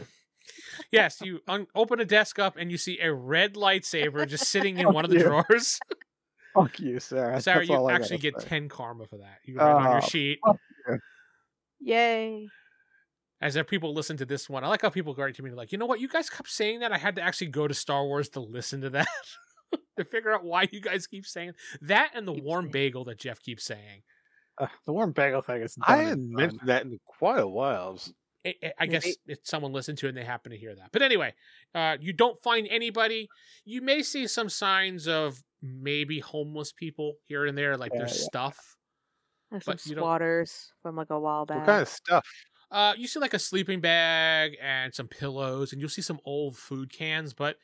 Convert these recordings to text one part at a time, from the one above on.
Yes, you un- open a desk up and you see a red lightsaber just sitting in one of the Yeah. drawers. Fuck you, Sarah. Sarah, That's you all I actually gotta get say. 10 karma for that. You write it on your Oh. sheet. Yay. As if people listen to this one, I like how people write to me like, you know what? You guys kept saying that. I had to actually go to Star Wars to listen to that to figure out why you guys keep saying that and the Keep warm saying. bagel that Jeff keeps saying. Uh, the warm bagel thing is. I done and hadn't done. mentioned that in quite a while. I- I- I guess Maybe- if someone listened to it and they happen to hear that. But anyway, uh, you don't find anybody. You may see some signs of maybe homeless people here and there, like Yeah, their yeah. stuff. There's But some you don't- squatters from like a while What back. kind of stuff? Uh, you see like a sleeping bag and some pillows, and you'll see some old food cans. But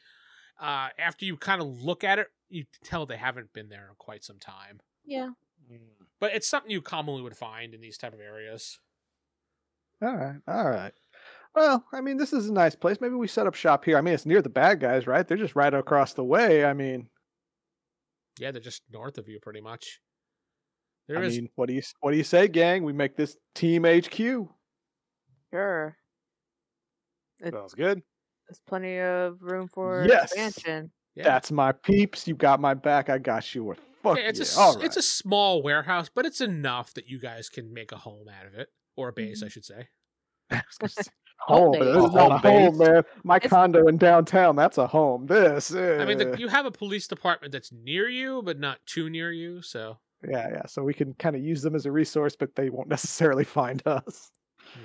uh, after you kind of look at it, you can tell they haven't been there in quite some time. Yeah. Mm. But it's something you commonly would find in these type of areas. All right, all right. Well, I mean, this is a nice place. Maybe we set up shop here. I mean, it's near the bad guys, right? They're just right across the way. I mean, Yeah, they're just north of you, pretty much. I There is mean, what do you what do you say, gang? We make this team HQ. Sure. It- Sounds good. There's plenty of room for Yes. expansion. yeah. That's my peeps. You got my back. I got you. We're fuck Yeah, it's a yeah. s- All right. it's a small warehouse, but it's enough that you guys can make a home out of it or a base, I should say. home. base. but This is A not a home base. home, man. My It's- condo in downtown. That's a home. This. I mean, the, eh. you have a police department that's near you, but not too near you. So yeah, yeah. So we can kind of use them as a resource, but they won't necessarily find us.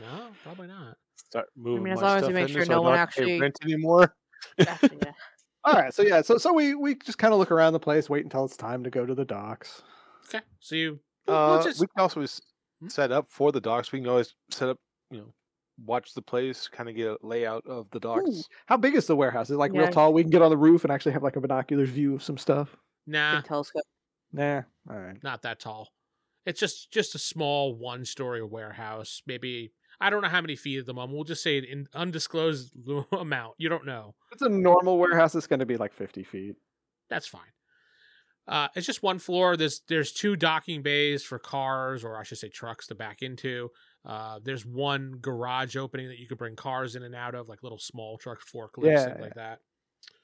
no, probably not. Start moving. mean, as my long as you stuff make in sure there so I no one don't have to pay actually- rent anymore. Actually, yeah. All right. So yeah. So so we we just kind of look around the place, wait until it's time to go to the docks. Okay, so you we'll- we'll Uh, just- we can also s- Hmm? set up for the docks. We can always set up, you know, watch the place, kind of get a layout of the docks. Ooh, how big is the warehouse? Is it like Yeah. real tall? We can get on the roof and actually have like a binoculars view of some stuff. nah, Big telescope. Nah. All right. not that tall. It's just just a small one story warehouse. Maybe I don't know how many feet of them. We'll just say an undisclosed lu- amount. You don't know. It's a normal warehouse. It's going to be like fifty feet. that's fine. Uh, it's just one floor. There's there's two docking bays for cars, or I should say trucks, to back into. Uh, there's one garage opening that you could bring cars in and out of, like little small truck forklifts, Yeah, things like that.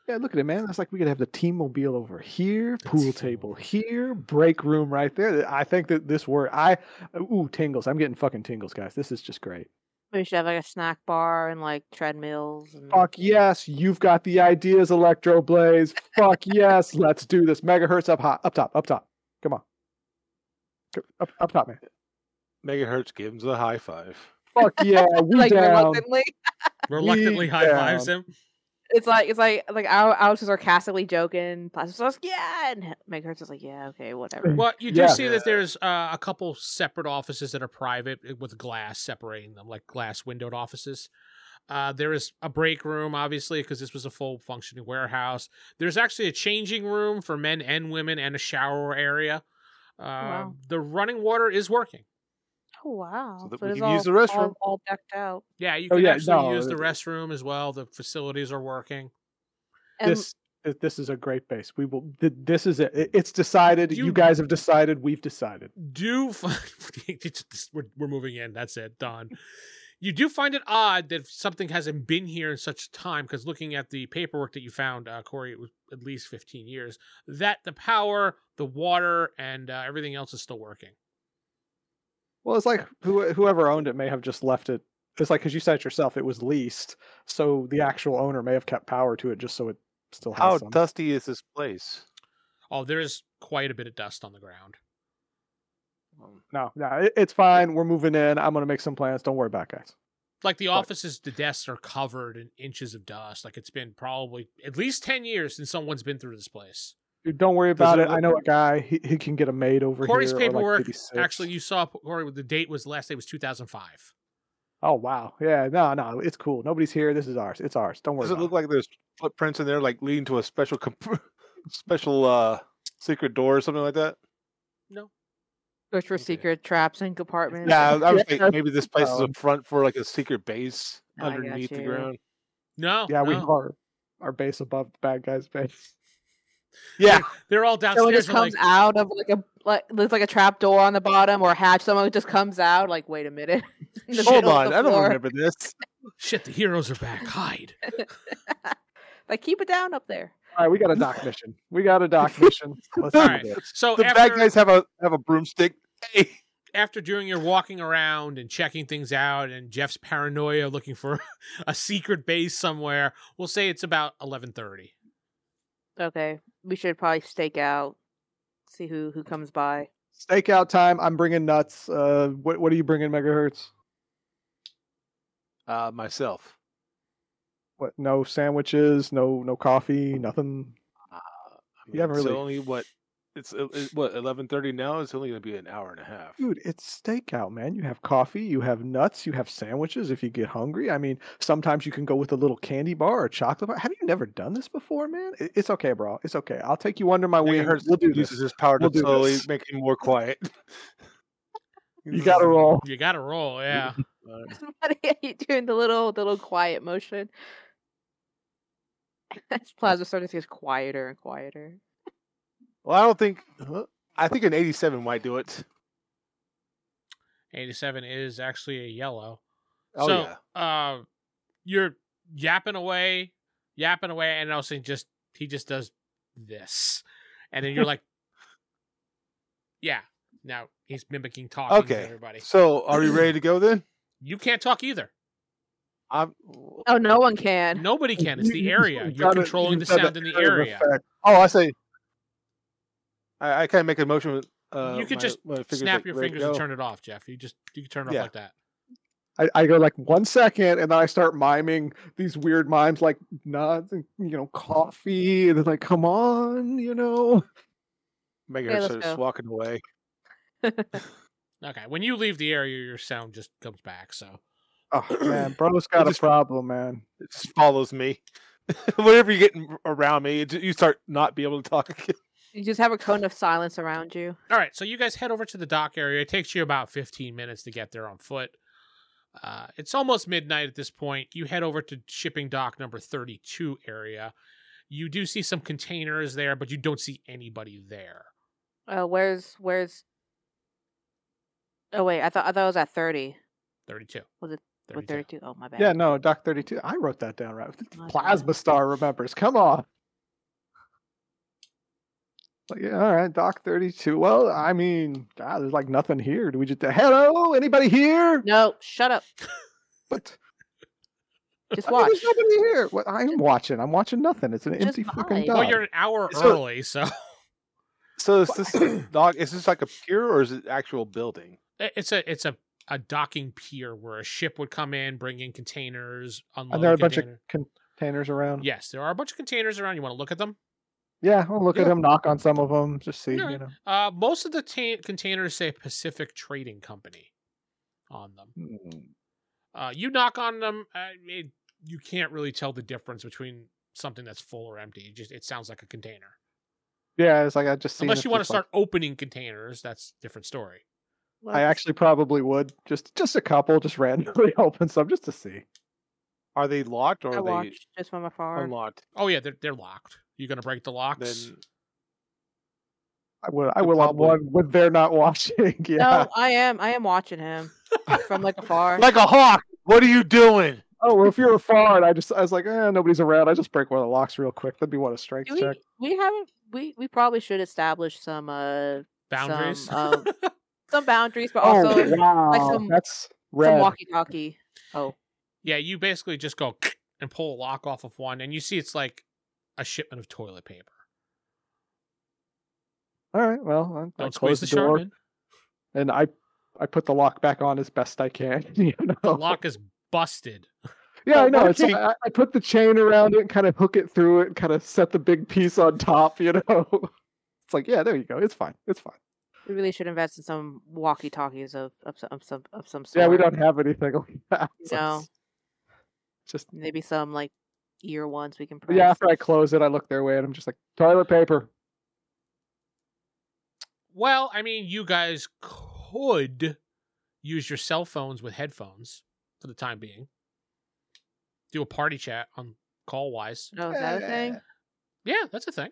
Yeah, look at it, man. That's like we could have the team mobile over here, pool team table mobile. here, break room right there. I think that this word, I ooh tingles. I'm getting fucking tingles, guys. This is just great. We should have like a snack bar and like treadmills. And... Fuck yes, you've got the ideas, Electroblaze. Fuck yes, let's do this. Megahertz up hot, up top, up top. Come on, Go- up, up top, man. Megahertz gives a high five. Fuck yeah, we Like down. reluctantly, Reluctantly high fives him. it's like it's like like Al- Alex is sarcastically joking. Plastic's like, yeah, and Meghertz is like, yeah, okay, whatever. Well, you do Yeah. see that Yeah. there's uh, a couple separate offices that are private uh, with glass separating them, like glass windowed offices. Uh, there is a break room, obviously, because this was a full functioning warehouse. There's actually a changing room for men and women and a shower area. Uh, Wow. The running water is working. Oh wow! So that So we it's can use all- the restroom. all, all decked out. Yeah, you Oh, can yeah, actually no, use the it- restroom as well. The facilities are working. And This th- this is a great base. We will. th- This is it. It- It's decided. You- you guys have decided. We've decided. do find we're, we're moving in that's it done you do find it odd that something hasn't been here in such time because looking at the paperwork that you found uh, corey it was at least 15 years that the power the water and uh, everything else is still working Well, it's like who, whoever owned it may have just left it. It's like because you said it yourself, it was leased, so the actual owner may have kept power to it just so it still has How some. dusty is this place? oh there's quite a bit of dust on the ground Um, no, no, it, it's fine. We're moving in. I'm gonna make some plans. Don't worry about it, guys. like the Right. offices the desks are covered in inches of dust like it's been probably at least 10 years since someone's been through this place Dude, don't worry Does about it. it I know a guy. He, he can get a maid over corey's here. or, like, paperwork maybe six. actually you saw corey the date was last day was 2005 Oh wow. Yeah. No. No. It's cool. Nobody's here. This is ours. It's ours. Don't worry. Does it about look like there's footprints in there, like leading to a special, comp- special uh, secret door or something like that? search for okay. secret traps and compartments. Yeah, I was Yeah, thinking maybe this place is a um, front for like a secret base I got underneath the you. ground. No. Yeah. We no. have our our base above the bad guy's base. Yeah, They're all Someone downstairs. just They're like, comes out of like a like there's like a trap door on the bottom or a hatch. Someone just comes out like, wait a minute. in the hold middle of on, the I don't floor. remember this. shit, the heroes are back. Hide. Like keep it down up there. All right. We got a dock mission. We got a dock mission. Let's All do right. this. So the bad after, guys have a have a broomstick. Hey, after doing your walking around and checking things out and Jeff's paranoia looking for a secret base somewhere, we'll say it's about 1130. Okay. We should probably stake out, see who who comes by. Stakeout time. I'm bringing nuts. Uh, what what are you bringing, megahertz? Uh, myself. What? No sandwiches. No no coffee. Nothing. I You haven't it's really- only what it's uh, it- what eleven thirty now. It's only going to be an hour and a half. Dude, it's stakeout, man. You have coffee, you have nuts, you have sandwiches if you get hungry. I mean, sometimes you can go with a little candy bar or chocolate bar. Have you never done this before, man? I- It's okay, bro. It's okay. I'll take you under my wing. Megahertz We'll do uses this. his power to We'll do slowly this. make him more quiet. You got to roll. You got to roll, yeah. You're doing the little the little quiet motion. As Plaza starting to get quieter and quieter. Well, I don't think. huh? I think an eighty-seven might do it. 87 is actually a yellow. Oh so, yeah. uh, you're yapping away, yapping away, and also just he just does this, and then you're like, yeah. Now he's mimicking talking to Okay. everybody. So are you ready to go then? You can't talk either. I'm. Oh, no one can. Nobody can. It's You- the you- area. you You're gotta- controlling the you gotta sound in the kind of area. affect- Oh, I say. I, I kind of make a motion. With, uh, You could my- just my fingers, Snap like, your ready to fingers and go. turn it off, Jeff. You just you can turn it off Yeah. like that. I, I go like one second, and then I start miming these weird mimes, like nods, and, you know, coffee, and then like, come on, you know. Megahertz Okay, let's starts go. walking away. Okay. When you leave the area, your sound just comes back. So Oh man, bro's got a just- problem, man. It just follows me. Whenever you get in- around me, it, ju- you start not being able to talk. again. You just have a cone of silence around you. All right, so you guys head over to the dock area. It takes you about 15 minutes to get there on foot. Uh, it's almost midnight at this point. You head over to shipping dock number 32 area. You do see some containers there, but you don't see anybody there. Uh, where's where's? Oh wait, I thought I thought it was at thirty. 32. Was it- 32. With thirty-two. Oh my bad. Yeah, no, Doc 32. I wrote that down right. My bad. Plasma Star remembers. Come on. Like, yeah, all right, Doc 32. Well, I mean, God, there's like nothing here. Do we just hello? Anybody here? No, shut up. But Just I mean, watch. there's nobody here. What I'm watching. I'm watching nothing. It's an Just empty fucking vibe. dock. Well, Oh, you're an hour So- early, so So is this dog? Is this like a pier or is it actual building? It- it's a it's a a docking pier where a ship would come in, bring in containers, unload and there are a bunch container. of containers around. Yes, there are a bunch of containers around. You want to look at them? yeah. I'll look at Yeah. them, knock on some of them, just see. Alright. You know, Uh, most of the ta- containers say Pacific Trading Company on them. Uh, you knock on them, uh, it, you can't really tell the difference between something that's full or empty. It just it sounds like a container. yeah. It's like I just see. Unless you want to start opening containers, that's a different story. Well, I it's- actually probably would just just a couple, just randomly open some just to see. Are they locked or I are they watched just from afar. unlocked? Oh yeah, they're they're locked. You're gonna break the locks. Then I would. I Good will on problem. one when they're not watching. yeah. No, I am. I am watching him from like afar. like a hawk. What are you doing? Oh, well, if you're far, and I just I was like, eh, nobody's around. I just break one of the locks real quick. That'd be one a strength Do we, check. we haven't. We we probably should establish some uh Boundaries. some, um, some boundaries, but also some wow, some- that's Oh, red. walkie-talkie. Oh, yeah, you basically just go and pull a lock off of one, and you see it's like a shipment of toilet paper. All right, well, I, I Don't close squeeze the, the, door shark in. and I I put the lock back on as best I can. You know, The lock is busted. yeah, I know. It's, working. I, I put the chain around it, and kind of hook it through it, and kind of set the big piece on top. You know, it's like, yeah, there you go. It's fine. It's fine. we really should invest in some walkie-talkies of of some of some of some sort. Yeah, we don't have anything like that. so No. it's Just Maybe some like ear ones we can press. yeah, after I close it, I look their way and I'm just like toilet paper. Well, I mean, you guys could use your cell phones with headphones for the time being. Do a party chat on call wise. Oh, is that a thing? Yeah, that's a thing.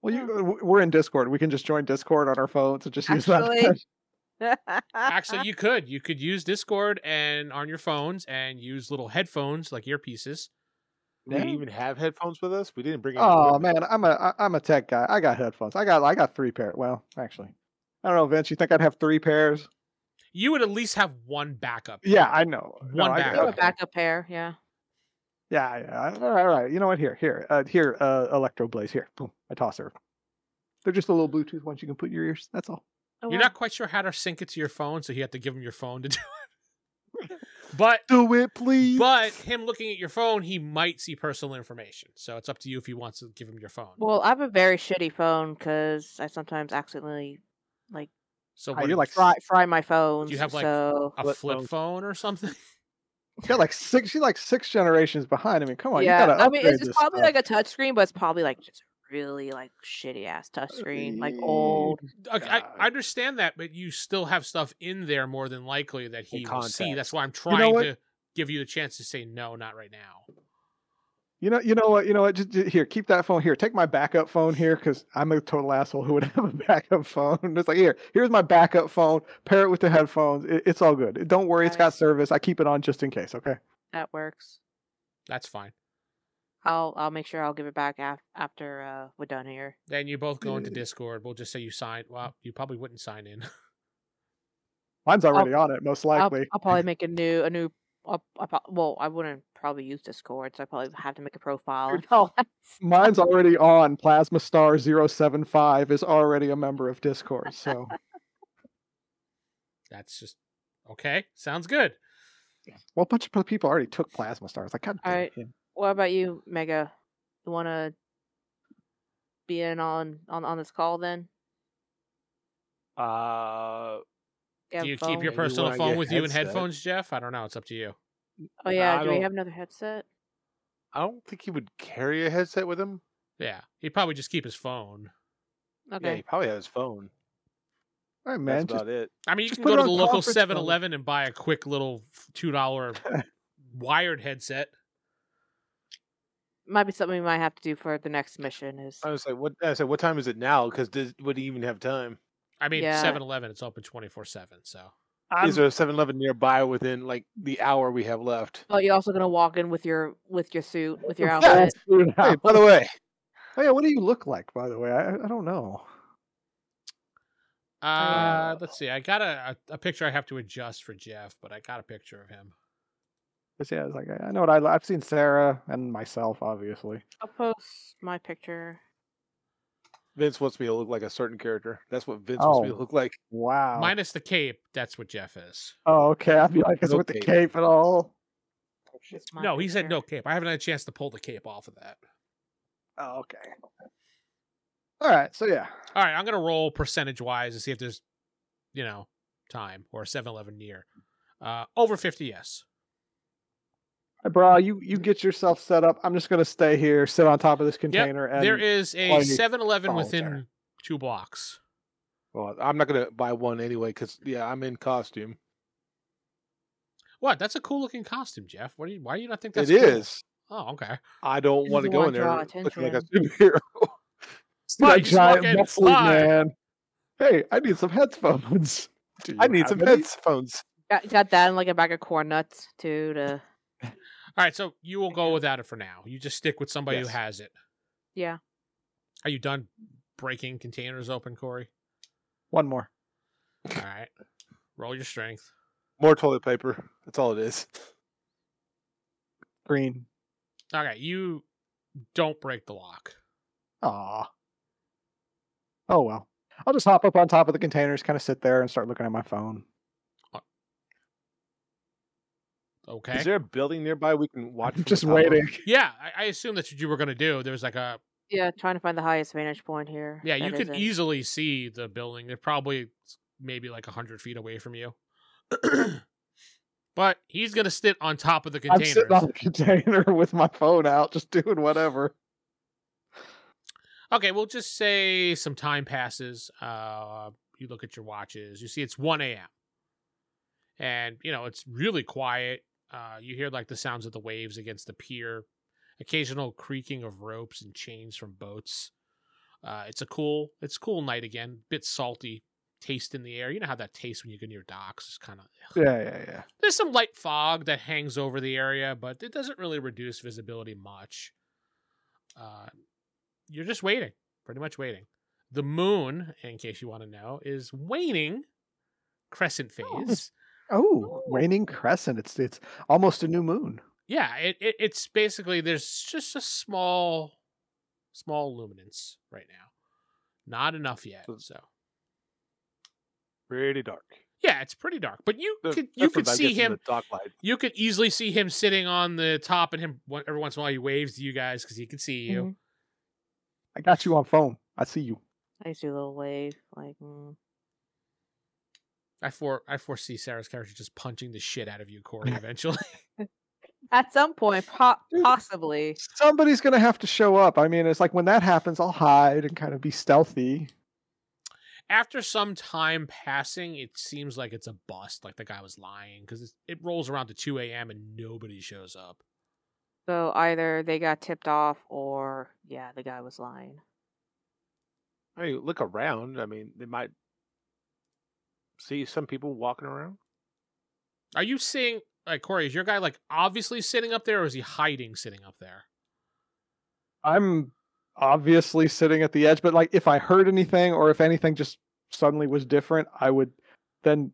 Well, you, w- we're in Discord. We can just join Discord on our phones and just use that. Actually- Uh-huh. Actually, you could. You could use Discord and on your phones and use little headphones like earpieces. Do Yeah. We even have headphones with us. We didn't bring. any Oh equipment. man, I'm a I- I'm a tech guy. I got headphones. I got I got three pair. Well, actually, I don't know, Vince. You think I'd have three pairs? You would at least have one backup. Yeah, I know. No, One I back. You have a okay. backup pair, yeah. Yeah, yeah. I- All right, all right. You know what? Here, here, uh, here. Uh, Electro Blaze. Here, boom. I toss her. They're just the little Bluetooth ones you can put in your ears. That's all. Oh, You're wow. not quite sure how to sync it to your phone, so you have to give him your phone to do it. but Do it, please. but him looking at your phone, he might see personal information. So it's up to you if he wants to give him your phone. Well, I have a very shitty phone because I sometimes accidentally so Oh, what- you're like fry, fry my phone. you have, like, so a flip flip phone. or something. You got like six. You're like six generations behind. I mean, come on. yeah, You gotta I mean, upgrade it's this just probably stuff. like a touchscreen, but it's probably like just a really like shitty ass touchscreen, like old. Okay, I, God. I understand that, but you still have stuff in there more than likely that he will see. contact. That's why I'm know trying what? to give you the chance to say no, not right now. You know, you know what, you know what? Just, just- here, keep that phone here. Take my backup phone here because I'm a total asshole who would have a backup phone. It's like here, here's my backup phone. Pair it with the headphones. It, it's all good. Don't worry, it's Right. got service. I keep it on just in case. Okay. That works. That's fine. I'll I'll make sure I'll give it back af- after uh, we're done here. Then you both go into Mm. Discord. We'll just say you signed. Well, you probably wouldn't sign in. Mine's already on it, most I'll, likely. I'll probably make a new a new. I'll, I'll, prob- well, I wouldn't probably use Discord, so I probably have to make a profile. And Oh. all that. Mine's already on. Plasma Star 075 is already a member of Discord. So That's just okay. Sounds good. well, a bunch of people already took Plasma Star. It's like, God damn All it. What about you, Mega? You want to be in on on on this call then? Uh, have do a you keep phone? You your personal wanna phone get with you in headset? headphones, Jeff? I don't know. It's up to you. Oh yeah. I do we don't- have another headset? I don't think he would carry a headset with him. Yeah, he'd probably just keep his phone. Yeah, he Okay. probably has his phone. All right, That's man. Just about it. I mean, you Just can put go it to on the local conference phone. 7 Eleven and buy a quick little $2 wired headset. Might be something we might have to do for the next mission. Is I was like, what? I said, what time is it now? Because would he even have time? I mean, Yeah. 7 Eleven, it's open 24 7. So, Is there a 7-Eleven nearby within like the hour we have left? well, you're Oh, also gonna walk in with your with your suit with your Yeah, outfit. dude, Hey, how- by the way, Oh yeah, what do you look like, by the way? I, I don't know. uh, Uh, let's see. I got a, a, a picture I have to adjust for Jeff, but I got a picture of him. 'Cause, yeah, it's like I I know what I, li- I've seen Sarah and myself, obviously. I'll post my picture. Vince wants me to look like a certain character. That's what Vince wants me to Oh. look like. Wow. Minus the cape, that's what Jeff is. oh, okay. I feel like it's No with the cape. cape and all. Oh, It's my no, he said picture. no cape. I haven't had a chance to pull the cape off of that. Oh, okay. All right. So yeah, All right, I'm going to roll percentage wise to see if there's, you know, time or 7 Eleven near. Uh, over 50, yes. Hey, bro, you you get yourself set up. I'm just gonna stay here, sit on top of this container, and There is oh, a plenty 7 Eleven phones within there. two blocks. Well, I'm not gonna buy one anyway because yeah, I'm in costume. What? That's a cool looking costume, Jeff. What do you, why do you not think that's it cool? is. Oh, okay. I don't He want doesn't to go wanna in draw there looking like a attention. superhero. It's like Mike, a just giant walk in. muscly Hi. man. Hey, I need some headphones. Do I you need have some any? headphones. Got, got that and like a bag of corn nuts too. To All right, so you will go without it for now. You just stick with somebody Yes. who has it. yeah. Are you done breaking containers open, Corey? One more. All right. Roll your strength. More toilet paper. That's all it is. Green. Okay, you don't break the lock. Aw. Oh well. I'll just hop up on top of the containers, kind of sit there, and start looking at my phone. Okay. Is there a building nearby we can watch? from the just top of? waiting. yeah, I, I assume that's what you were going to do. There was like a. Yeah, trying to find the highest vantage point here. Yeah, that you could isn't- easily see the building. They're probably maybe like 100 feet away from you. but he's going to sit on top of the I'm containers. sitting on a container with my phone out, just doing whatever. Okay, we'll just say some time passes. Uh, you look at your watches. You see it's 1 a.m. And, you know, it's really quiet. Uh, you hear like the sounds of the waves against the pier, occasional creaking of ropes and chains from boats. Uh, it's a cool, it's a cool night again. Bit salty, taste in the air. You know how that tastes when you go near docks. It's kind of Yeah, yeah, yeah. there's some light fog that hangs over the area, but it doesn't really reduce visibility much. Uh, you're just waiting, pretty much waiting. The moon, in case you want to know, is waning crescent phase. Oh, waning crescent. It's it's almost a new moon. Yeah, it, it it's basically there's just a small, small luminance right now. Not enough yet. So- So Pretty dark. Yeah, it's pretty dark, but you The- could you that's could what I see guess in him. The dark light. You could easily see him sitting on the top, and him one- every once in a while he waves to you guys because he can see Mm-hmm. you. Mhm. I got you on phone. I see you. I just do a little wave, like mm. I for I foresee Sarah's character just punching the shit out of you, Corey. Eventually, at some point, po- Dude. possibly. Somebody's gonna have to show up. I mean, it's like when that happens, I'll hide and kind of be stealthy. after some time passing, it seems like it's a bust. Like the guy was lying because it rolls around to two a.m. and nobody shows up. So either they got tipped off, or yeah, the guy was lying. I mean, look around. I mean, they might see some people walking around. Are you seeing like Corey? Is your guy like obviously sitting up there, or is he hiding sitting up there? I'm obviously sitting at the edge, but like if I heard anything or if anything just suddenly was different, I would then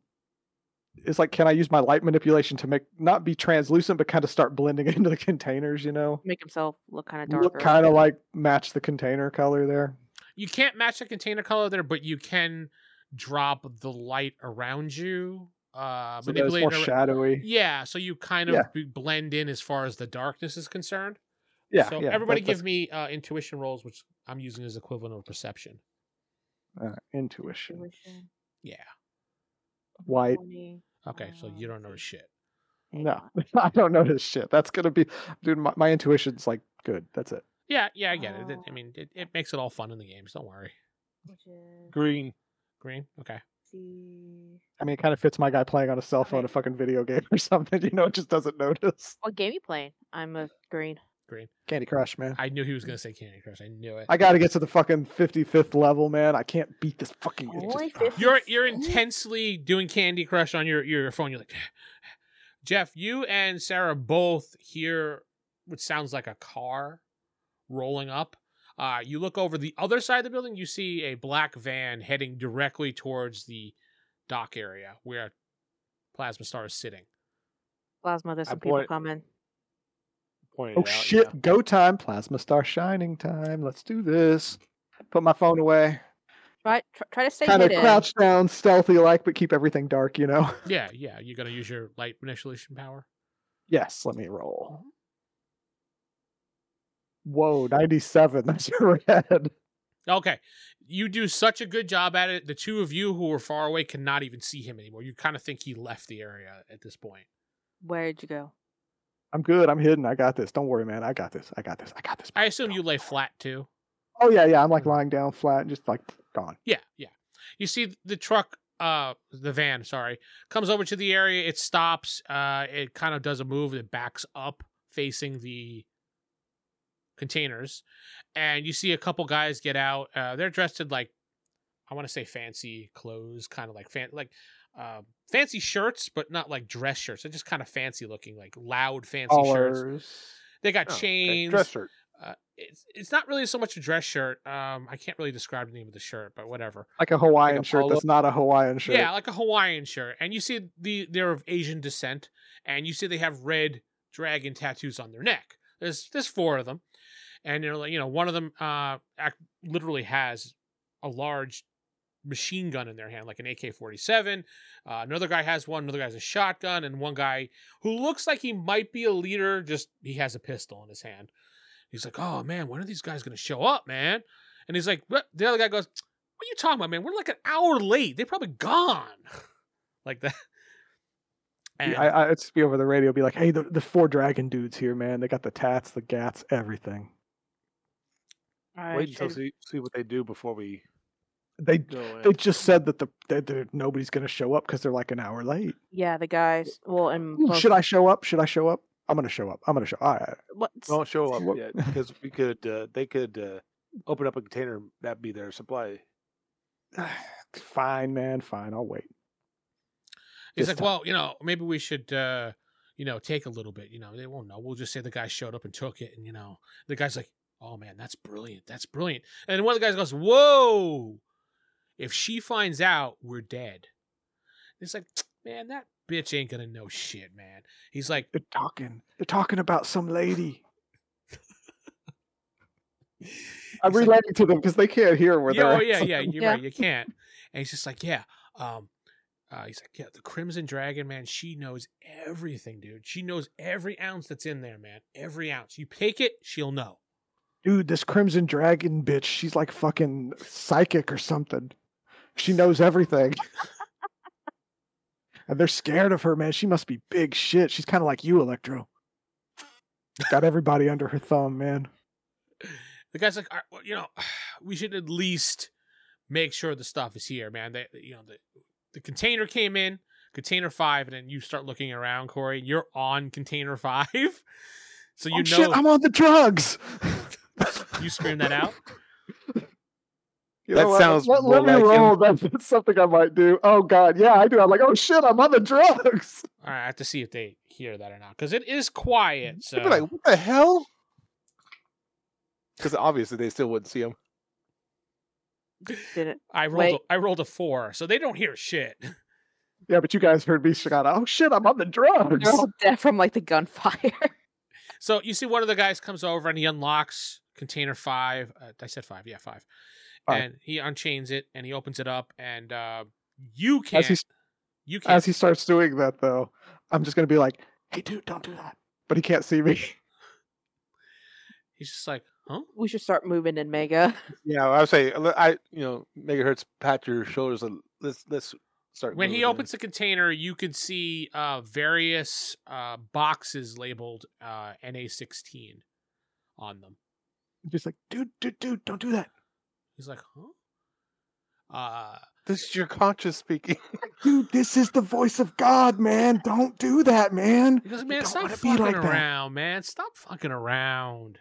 it's like can I use my light manipulation to make not be translucent but kind of start blending into the containers, you know? Make himself look kind of darker. Look kind of like match the container color there. You can't match the container color there, but you can drop the light around you. Uh, So that it's manipulate more it ar- shadowy. Yeah, so you kind of Yeah. b- blend in as far as the darkness is concerned. Yeah. So yeah, everybody that- give that's- me uh, intuition rolls, which I'm using as equivalent of perception. uh, intuition. Intuition, Yeah. White. 20. Okay, so you Um, don't know shit. Hang No, on. I don't know this shit. That's gonna be, dude. My, my intuition's like good. That's it. Yeah, yeah, I get it. It- I Uh, mean, it, it makes it all fun in the games. Don't worry. Which is Green. Green. Okay. the... I mean, it kind of fits my guy playing on a cell phone, a Right. fucking video game or something. You know, it just doesn't notice. What game you playing? I'm a green. Candy Crush, man. I, I knew he was gonna say Candy Crush. I knew it. got to get to the fucking fifty fifth level, man. I can't beat this fucking. it Only just- 50? you're you're What? intensely doing Candy Crush on your your phone. You're like, Jeff, you and Sarah both hear what sounds like a car rolling up. Uh, you look over the other side of the building. You see a black van heading directly towards the dock area where Plasma Star is sitting. Plasma, there's I some people bought- coming. Pointed Oh out, shit! yeah. Go time, plasma star shining time. Let's do this. Put my phone away. Try try, try to stay Kind of hidden. crouch down, stealthy like, but keep everything dark. You know. Yeah, yeah. You're gonna use your light manipulation power. Yes, let me roll. Whoa, 97. That's your red. Okay. You do such a good job at it. The two of you who are far away cannot even see him anymore. You kind of think he left the area at this point. Where'd you go? I'm good. I'm hidden. I got this. Don't worry, man. I got this. I got this. I got this. I assume you lay flat too. Oh, yeah, yeah. I'm like lying down flat and just like gone. Yeah, yeah. You see the truck, uh, the van, sorry, comes over to the area. It stops. Uh, it kind of does a move. It backs up facing the containers, and you see a couple guys get out. Uh, they're dressed in like, I want to say fancy clothes, kind of like fan like. Uh, fancy shirts, but not like dress shirts. They're just kind of fancy looking, like loud fancy shirts. Collars. They got Oh, okay. chains. Dress shirt. Uh, it's it's not really so much a dress shirt. Um, I can't really describe the name of the shirt, but whatever. Like a Hawaiian shirt polo? that's not a Hawaiian shirt. Yeah, like a Hawaiian shirt. And you see the they're of Asian descent, and you see they have red dragon tattoos on their neck. There's there's four of them, and they're like you know one of them uh ac literally has a large machine gun in their hand, like an AK-47. Uh, another guy has one. Another guy has a shotgun, and one guy who looks like he might be a leader, just he has a pistol in his hand. He's like, oh man, when are these guys gonna show up, man? And he's like, what? the other guy goes, what are you talking about, man? We're like an hour late. They're probably gone. like that. And I, I, it'd just be over the radio, be like, hey, the, the four dragon dudes here, man. They got the tats, the gats, everything. Alright, Wait until should- see, see what they do before we They go they in. just said that the that there- nobody's going to show up because they're like an hour late. Yeah, the guys. Well, and Ooh, both- Should I show up? Should I show up? I'm going to show up. I'm going to show All right. What? Don't show up What- yet because we could. Uh, they could uh, open up a container. and That'd be their supply. fine, man. Fine. I'll wait. he's this like, time. well, you know, maybe we should, uh, you know, take a little bit. You know, they won't know. We'll just say the guy showed up and took it. And, you know, the guy's like, oh, man, that's brilliant. That's brilliant. And one of the guys goes, whoa, if she finds out, we're dead. It's like, man, that bitch ain't going to know shit, man. He's like, They're talking. They're talking about some lady. I'm He's like- relating to them because they can't hear where yeah, they're oh, yeah, at. yeah, you're Yeah. right. You can't. And he's just like, yeah, um, Uh, he's like, yeah, the Crimson Dragon, man, she knows everything, dude. She knows every ounce that's in there, man. Every ounce. You take it, she'll know. Dude, this Crimson Dragon bitch, she's like fucking psychic or something. She knows everything. and they're scared of her, man. She must be big shit. She's kind of like you, Electro. Got everybody under her thumb, man. The guy's like, "All right, well, you know, we should at least make sure the stuff is here, man. They, you know, the the container came in, container five, and then you start looking around, Corey. You're on container five, so you oh, know shit, I'm on the drugs. you scream that out. You That know what? sounds Let, more let like me him. roll. That's, that's something I might do. Oh God, yeah, I do. I'm like, oh shit, I'm on the drugs. All right, I have to see if they hear that or not because it is quiet. So They'd be like, what the hell? Because obviously they still wouldn't see him. Didn't I rolled. Wait. A, I rolled a four, so they don't hear shit. Yeah, but you guys heard me shout out. Oh shit, I'm on the drugs. they're all dead from like the gunfire. So you see, one of the guys comes over and he unlocks container five. Uh, I said five, yeah, five. Five. And he unchains it and he opens it up, and uh, you can't. As he you can't. as he starts doing that though, I'm just gonna be like, hey dude, don't do that. But he can't see me. he's just like, huh? we should start moving in Mega. Yeah, I would say l- I you know megahertz pat your shoulders. and Let's let's start. When he moving. opens the container, you can see uh, various uh, boxes labeled uh, NA16 on them. Just like, dude, dude, dude, don't do that. He's like, huh? Uh, this is your conscious speaking. Dude, this is the voice of God, man. Don't do that, man. he goes, You man, don't stop wanna be fucking like that." around, man. Stop fucking around.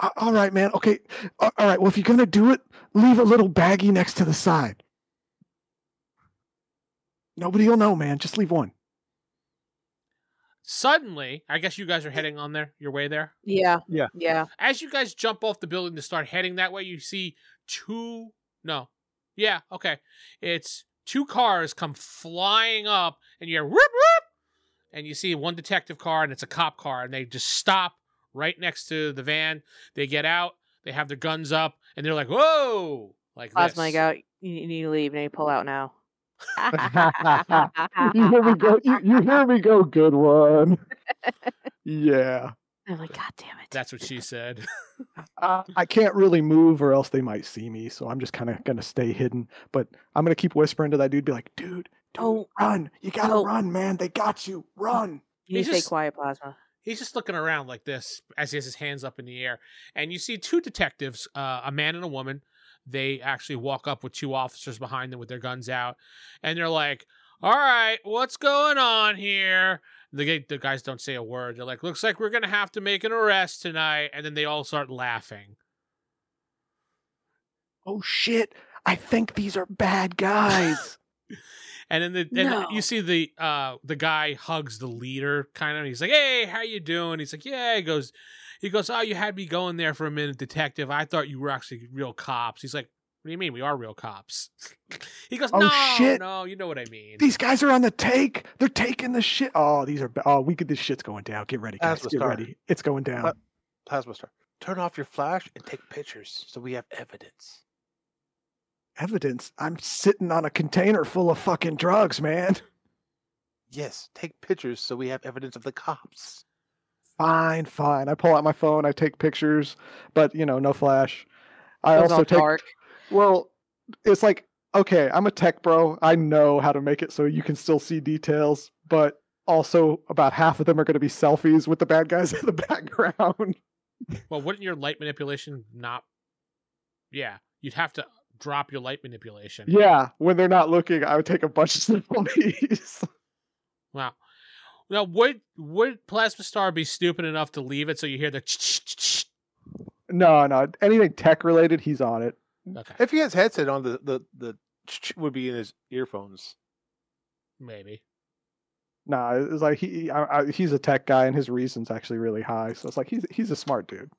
A- Uh, All right, man. Okay. A- All right. Well, if you're gonna do it, leave a little baggie next to the side. Nobody will know, man. Just leave one. Suddenly, I guess you guys are heading on there, your way there. Yeah. Yeah. Yeah. As you guys jump off the building to start heading that way, you see two. No. Yeah, okay. It's two cars come flying up, and you're whoop whoop. And you see one detective car, and it's a cop car, and they just stop right next to the van. They get out, they have their guns up, and they're like, whoa! Like Plasma this. like out. You you need to leave and you pull out now. You hear me go. You, you hear me go. Good one. Yeah. I'm like, God damn it. That's what she said. Uh, I can't really move, or else they might see me. So I'm just kind of gonna stay hidden. But I'm gonna keep whispering to that dude. Be like, dude, dude, Oh, run! You gotta no. run, man. They got you. Run. you He's need to just- stay quiet, Plasma. He's just looking around like this as he has his hands up in the air. And you see two detectives, uh, a man and a woman. They actually walk up with two officers behind them with their guns out. And they're like, All right, what's going on here? The, guy- the guys don't say a word. They're like, Looks like we're going to have to make an arrest tonight. And then they all start laughing. Oh shit! I think these are bad guys. And then the, and No. you see the uh the guy hugs the leader kind of. He's like, "Hey, how you doing?" He's like, "Yeah." He goes, he goes, "Oh, you had me going there for a minute, detective. I thought you were actually real cops." He's like, "What do you mean? We are real cops." he goes, Oh, "No, shit. no, you know what I mean." these guys are on the take. They're taking the shit. Oh, these are. Ba- oh, we could. This shit's going down. Get ready, guys. That's what's Get hard. ready. It's going down. But- Plasma star, turn off your flash and take pictures so we have evidence. Evidence. I'm sitting on a container full of fucking drugs, man. Yes, take pictures so we have evidence of the cops. Fine, fine. I pull out my phone. I take pictures, but you know, no flash. I It was also all take. dark. Well, it's like, okay, I'm a tech bro. I know how to make it so you can still see details, but also about half of them are going to be selfies with the bad guys in the background. Well, wouldn't your light manipulation not? Yeah, you'd have to drop your light manipulation. yeah, when they're not looking, I would take a bunch of selfies. Wow. Now, would would Plasma Star be stupid enough to leave it so you hear the? ch-ch-ch-ch? no, no, anything tech related, he's on Mm. it. Okay, If he has headset on, the the the would be in his earphones. maybe. Nah, it's like he I, I, he's a tech guy and his reason's actually really high. So it's like he's he's a smart dude.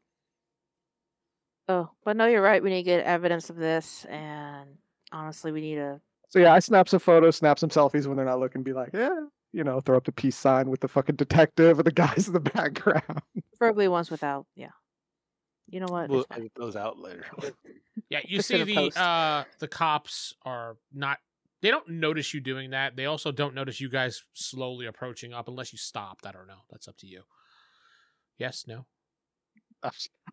Oh, but no, you're right. We need to get evidence of this, and honestly, we need to. So yeah, I snap some photos, snap some selfies when they're not looking, be like, yeah, you know, throw up the peace sign with the fucking detective or the guys in the background. Preferably ones without. Yeah. You know what? We'll It's fine. edit those out later. Yeah, you Fix see it in the post. uh the cops are not They don't notice you doing that. They also don't notice you guys slowly approaching up unless you stopped. I don't know. That's up to you. Yes, no.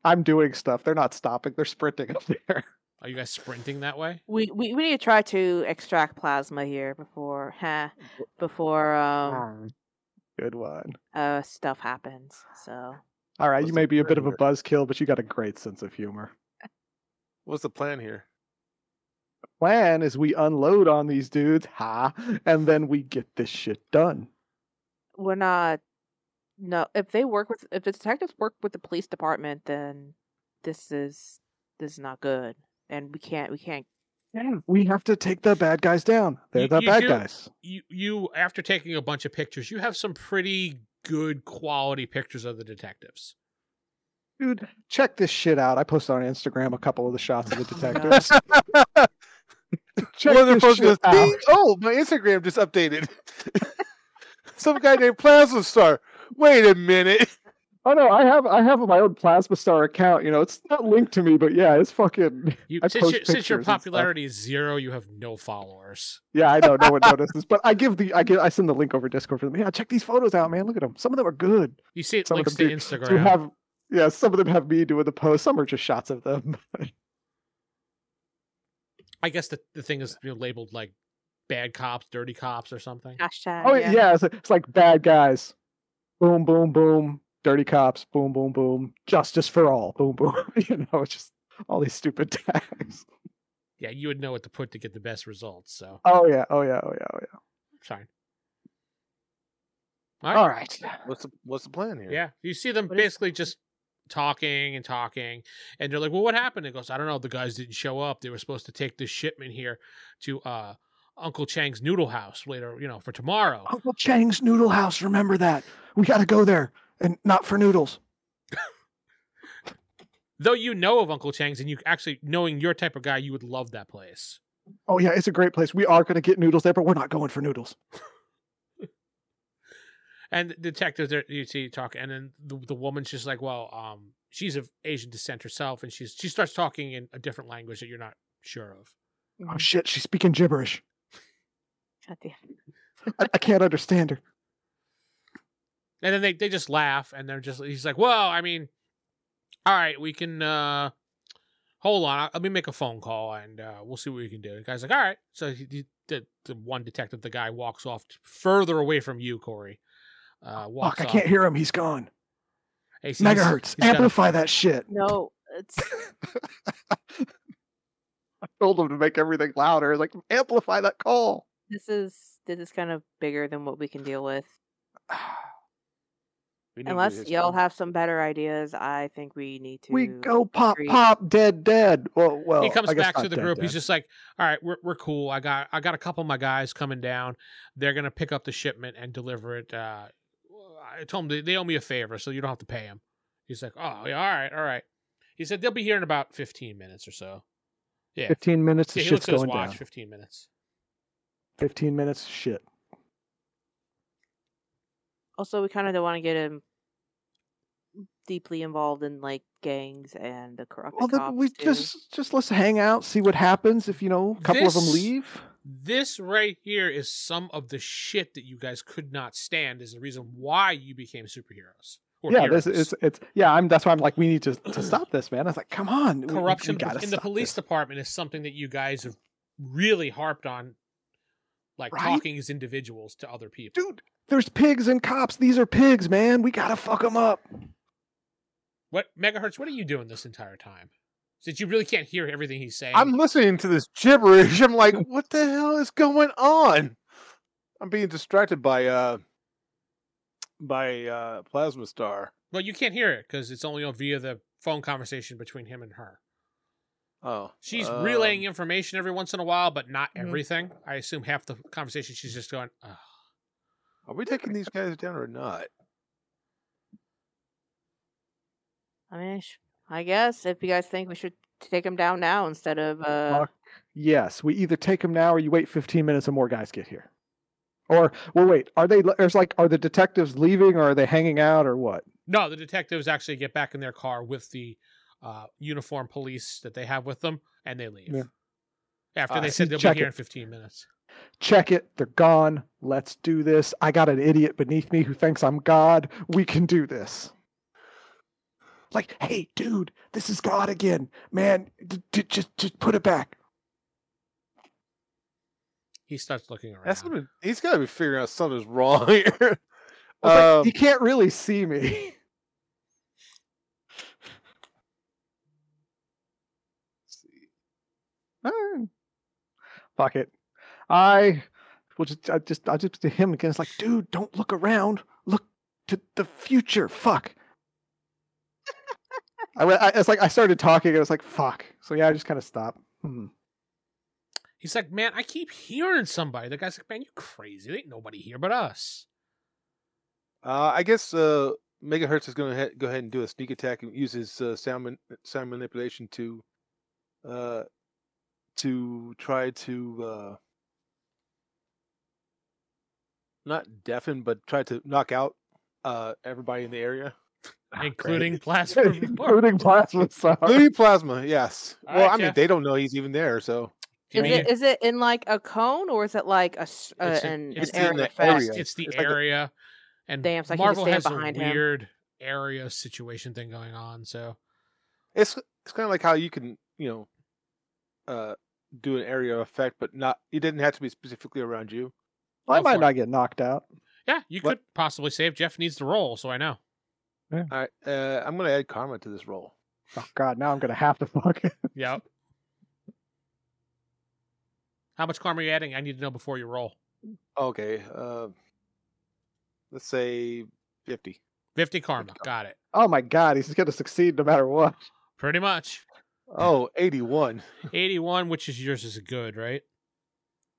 I'm doing stuff. They're not stopping. They're sprinting up there. Are you guys sprinting that way? We, we we need to try to extract plasma here before huh, before um Oh. Good one. uh stuff happens. So All right, you Listen, may be a bit of a Predator. buzzkill, but you got a great sense of humor. What's the plan here? Plan is we unload on these dudes, ha, and then we get this shit done. we're not no if they work with if the detectives work with the police department then this is this is not good. And we can't we can't We have to take the bad guys down. They're You- the you bad do- guys. You you after taking a bunch of pictures, you have some pretty good quality pictures of the detectives. Dude, check this shit out. I posted on Instagram a couple of the shots of Oh the detectives. Check check this shit out. Oh, my Instagram just updated. Some guy named Plasma Star. Wait a minute. Oh no, I have I have my own Plasma Star account. You know, it's not linked to me, but yeah, it's fucking You I since, post your, since your pictures and stuff. popularity is zero, you have no followers. yeah. I know no one notices, but I give the I give I send the link over Discord for them. Yeah, check these photos out, man. Look at them. Some of them are good. You see it Some of links to them Instagram. Some have yeah. Some of them have me doing the post. Some are just shots of them. I guess the, the thing is you're labeled like bad cops, dirty cops, or something. hashtag oh yeah, it's, like, it's like bad guys. Boom, boom, boom. Dirty cops. Boom, boom, boom. Justice for all. Boom, boom. you know, it's just all these stupid tags. Yeah, you would know what to put to get the best results. So Oh yeah. Oh yeah. Oh yeah. Oh yeah. fine. All right. What's the What's the plan here? Yeah, you see them What is- basically just talking and talking, and they're like, "Well, what happened?" It goes, "I don't know. The guys didn't show up. They were supposed to take this shipment here to uh, Uncle Chang's Noodle House later, you know, for tomorrow." Oh. Uncle Chang's Noodle House. Remember that. We got to go there, and not for noodles. Though you know of Uncle Chang's, and you actually knowing your type of guy, you would love that place. Oh yeah, it's a great place. We are going to get noodles there, but we're not going for noodles. And the detectives, they're- you see talk, and then the, the woman's just like, "Well, um, she's of Asian descent herself, and she's she starts talking in a different language that you're not sure of." Oh shit, she's speaking gibberish. God damn. I, I can't understand her. And then they, they just laugh and they're just he's like, Well, I mean, all right, we can uh hold on, let me make a phone call and uh we'll see what we can do. The guy's like, All right. So he, he- the the one detective, the guy walks off t- further away from you, Corey. Uh walks Fuck, I off. can't hear him. He's gone. Hey, see, he's- Megahertz, he's got a- amplify that shit. No, it's I told him to make everything louder. Like amplify that call. this is this is kind of bigger than what we can deal with. We need to get Unless his y'all phone. have some better ideas, I think we need to we go pop agree. pop dead dead. Well, well he comes Oh, I guess back to not the dead, group. He's dead. just like, "All right, we're we're cool. I got I got a couple of my guys coming down. They're gonna pick up the shipment and deliver it. Uh, I told them they, they owe me a favor, so you don't have to pay them." He's like, "Oh, yeah, all right, all right." He said they'll be here in about fifteen minutes or so. Yeah, fifteen minutes. The yeah he looks shit's at his going watch. down. Fifteen minutes. Fifteen minutes. Shit. Also, we kind of don't want to get him deeply involved in like gangs and the corrupt Well, cops, then we too. just just let's hang out, see what happens. If you know, a couple of them This- leave. This right here is some of the shit that you guys could not stand. Is the reason why you became superheroes. Or yeah, this, heroes. it's it's yeah. I'm that's why I'm like we need to to stop this, man. I was like, come on, we- we- we corruption gotta in the stop police this. department is something that you guys have really harped on like Right? talking as individuals to other people dude. There's pigs and cops. These are pigs, man. We gotta fuck them up. what megahertz what are you doing this entire time since you really can't hear everything he's saying I'm listening to this gibberish. I'm like, what the hell is going on? I'm being distracted by uh by uh Plasma Star. well you can't hear it because it's only on via the phone conversation between him and her Oh, she's um, relaying information every once in a while but not Mhm. Mm-hmm. everything i assume half the conversation she's just going Ugh. Are we taking these guys down or not? I mean, sh- I guess if you guys think we should take him down now instead of uh, Fuck. Yes, we either take them now or you wait 15 minutes and more guys get here. Or well, wait, are they? There's like, are the detectives leaving or are they hanging out or what? No, the detectives actually get back in their car with the uh, uniform police that they have with them, and they leave. Yeah. After Ah, they I said see. they'll Check be here it. in 15 minutes. Check it. They're gone. Let's do this. I got an idiot beneath me who thinks I'm God. We can do this. Like, hey, dude, this is God again. Man, d- d- just, just put it back. He starts looking around. That's something he's got to be figuring out something's wrong here. I was like, Um, he can't really see me. Alright. Fuck it. I will just I just I just to him again. It's like, dude, don't look around. Look to the future. Fuck. I, re- I it's like I started talking. and I was like, fuck. So yeah, I just kind of stopped. Hmm. He's like, man, I keep hearing somebody. The guy's like, man, you crazy. There ain't nobody here but us. uh, I guess uh, Megahertz is going to ha- go ahead and do a sneak attack and use his uh, sound man- sound manipulation to uh, to try to uh, not deafen, but try to knock out uh, everybody in the area. including plasma. Reborn. Including plasma. Sorry. Louis Plasma, yes. All well, right, I mean, Jeff. they don't know he's even there, so You Is mean- it is it in like a cone or is it like a s- uh, It's in- an, it's an in area the of effect? area. It's the It's like a- area, and Damn, so I can just Marvel stand has behind a him. weird area situation thing going on. So it's it's kind of like how you can you know uh do an area of effect but not it didn't have to be specifically around you Go I for might it. not get knocked out. yeah, you What- could possibly save. Jeff needs the roll, so I know. all right uh i'm gonna add karma to this roll Oh god, now I'm gonna have to fuck it. Yep. How much karma are you adding? I need to know before you roll. okay uh let's say 50 Fifty karma. Got it. Oh my god, he's gonna succeed no matter what. Pretty much. oh 81 Eighty-one, which is yours, is a good, right?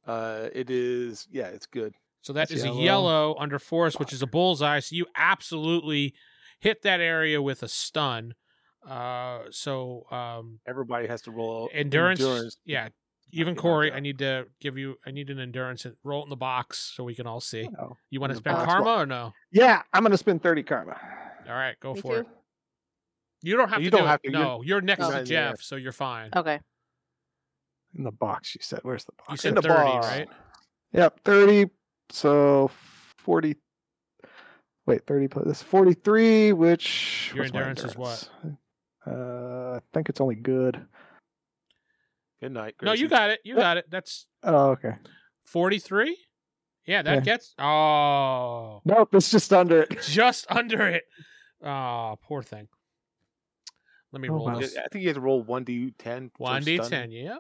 uh it is yeah it's good So that That's is yellow. a yellow under force, which is a bullseye. So you absolutely hit that area with a stun. Uh, so um, everybody has to roll endurance, yeah. Even Knocked Corey, out. I need to give you. I need an endurance and roll it in the box so we can all see. Oh. You want In to the spend box, karma what? or no? Yeah, I'm gonna spend 30 karma. All right, go Me for it. too. You don't have You to. don't do have it. to. You're- No, you're next Oh. to Right there. Jeff, so you're fine. Okay. In the box, you said. Where's the box? You in said the thirty, box. right? Yep, 30. So 40. Wait, 30 plus this 43, which Your what's my endurance is what? endurance? Uh, I think it's only good. good night No, you got it. You got it. That's Oh, okay. forty-three. Yeah, that Yeah. gets. Oh, Nope, it's just under it. just under it. Oh, poor thing. Let me Oh, roll wow. this. i think you have to roll 1d10 for One d stun. ten. Yep.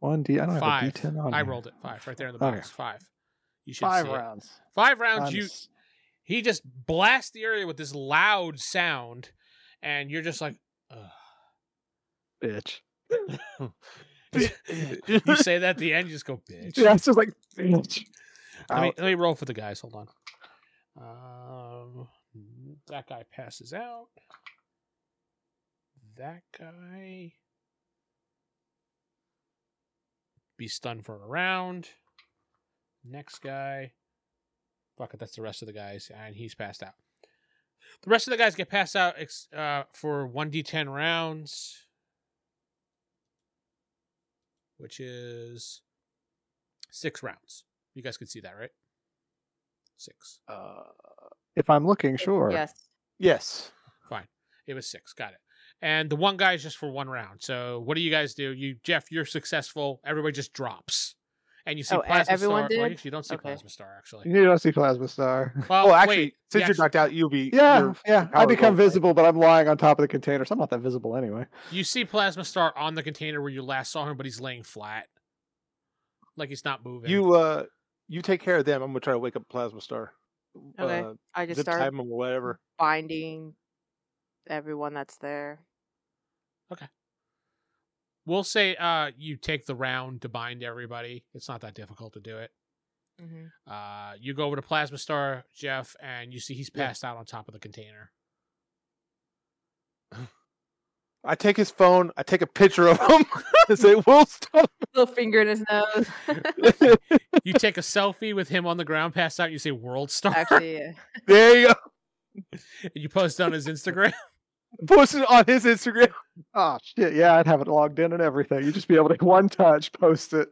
One D. I don't Five. have a D10 on. I here. rolled it. Five right there in the Okay. box. Five. You should Five see it. rounds. Five rounds. You Times- he just blasts the area with this loud sound, and you're just like, Ugh. bitch. you say that at the end, you just go, bitch. Yeah, it's just like bitch. Let me, Ouch. let me roll for the guys. Hold on. Um, that guy passes out. That guy be stunned for a round. Next guy. Fuck it, that's the rest of the guys, and he's passed out. The rest of the guys get passed out ex- uh, for 1d10 rounds, which is six rounds. You guys can see that, right? Six. uh If I'm looking, sure. Yes. yes It was six. Got it. And the one guy is just for one round. So what do you guys do? You Jeff, you're successful. Everybody just drops, and you see Oh, e- plasma everyone star. Well, did? actually, you don't see Okay. plasma star You actually. need to see plasma star. Well, oh actually wait, since yeah, you're knocked out you'll be Yeah, you're- yeah. I power become goes away. visible, but I'm lying on top of the container, so I'm not that visible anyway. you see plasma star on the container where you last saw him, but he's laying flat, like he's not moving. You uh, you take care of them. I'm gonna try to wake up Plasma Star. Okay. Uh, I just zip tie start 'em or whatever. binding everyone that's there. we'll say uh, you take the round to bind everybody. It's not that difficult to do it. Mhm. Uh, you go over to plasma star, Jeff, and you see he's Yeah. passed out on top of the container. I take his phone. I take a picture of him and say, "We'll stop." Little finger in his nose. You take a selfie with him on the ground, passed out. And you say "World Star." Actually, yeah. There you go. and you post it on his Instagram. Posted on his Instagram. Oh shit! Yeah, I'd have it logged in and everything. You'd just be able to one touch post it.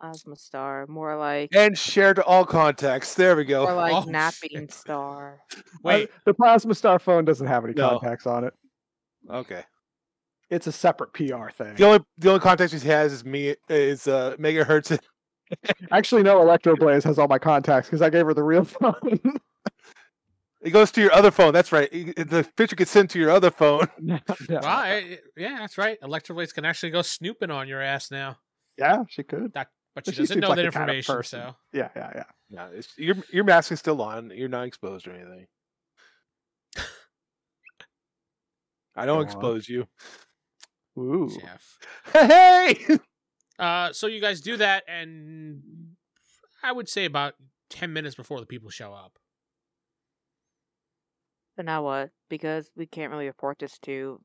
Ozma Star, more like And shared to all contacts. There we more go. like Oh, shit. Napping Star. Wait, Uh, the plasma star phone doesn't have any No. contacts on it. Okay. It's a separate PR thing. The only the only contacts he has is me is uh megahertz. Actually, no. Electroblaze has all my contacts because I gave her the real phone. It goes to your other phone. That's right. It- it- The picture gets sent to your other phone. yeah. well, I- yeah, that's right. Electroblades can actually go snooping on your ass now, yeah, she could. but she But she doesn't seems know like that the kind of information. person. so Yeah, yeah, yeah. No, it's, your your mask is still on. You're not exposed or anything. I Go don't on. expose you. Ooh. Jeff. Hey, Uh, so you guys do that, and I would say about ten minutes before the people show up. But now what? Because we can't really report this to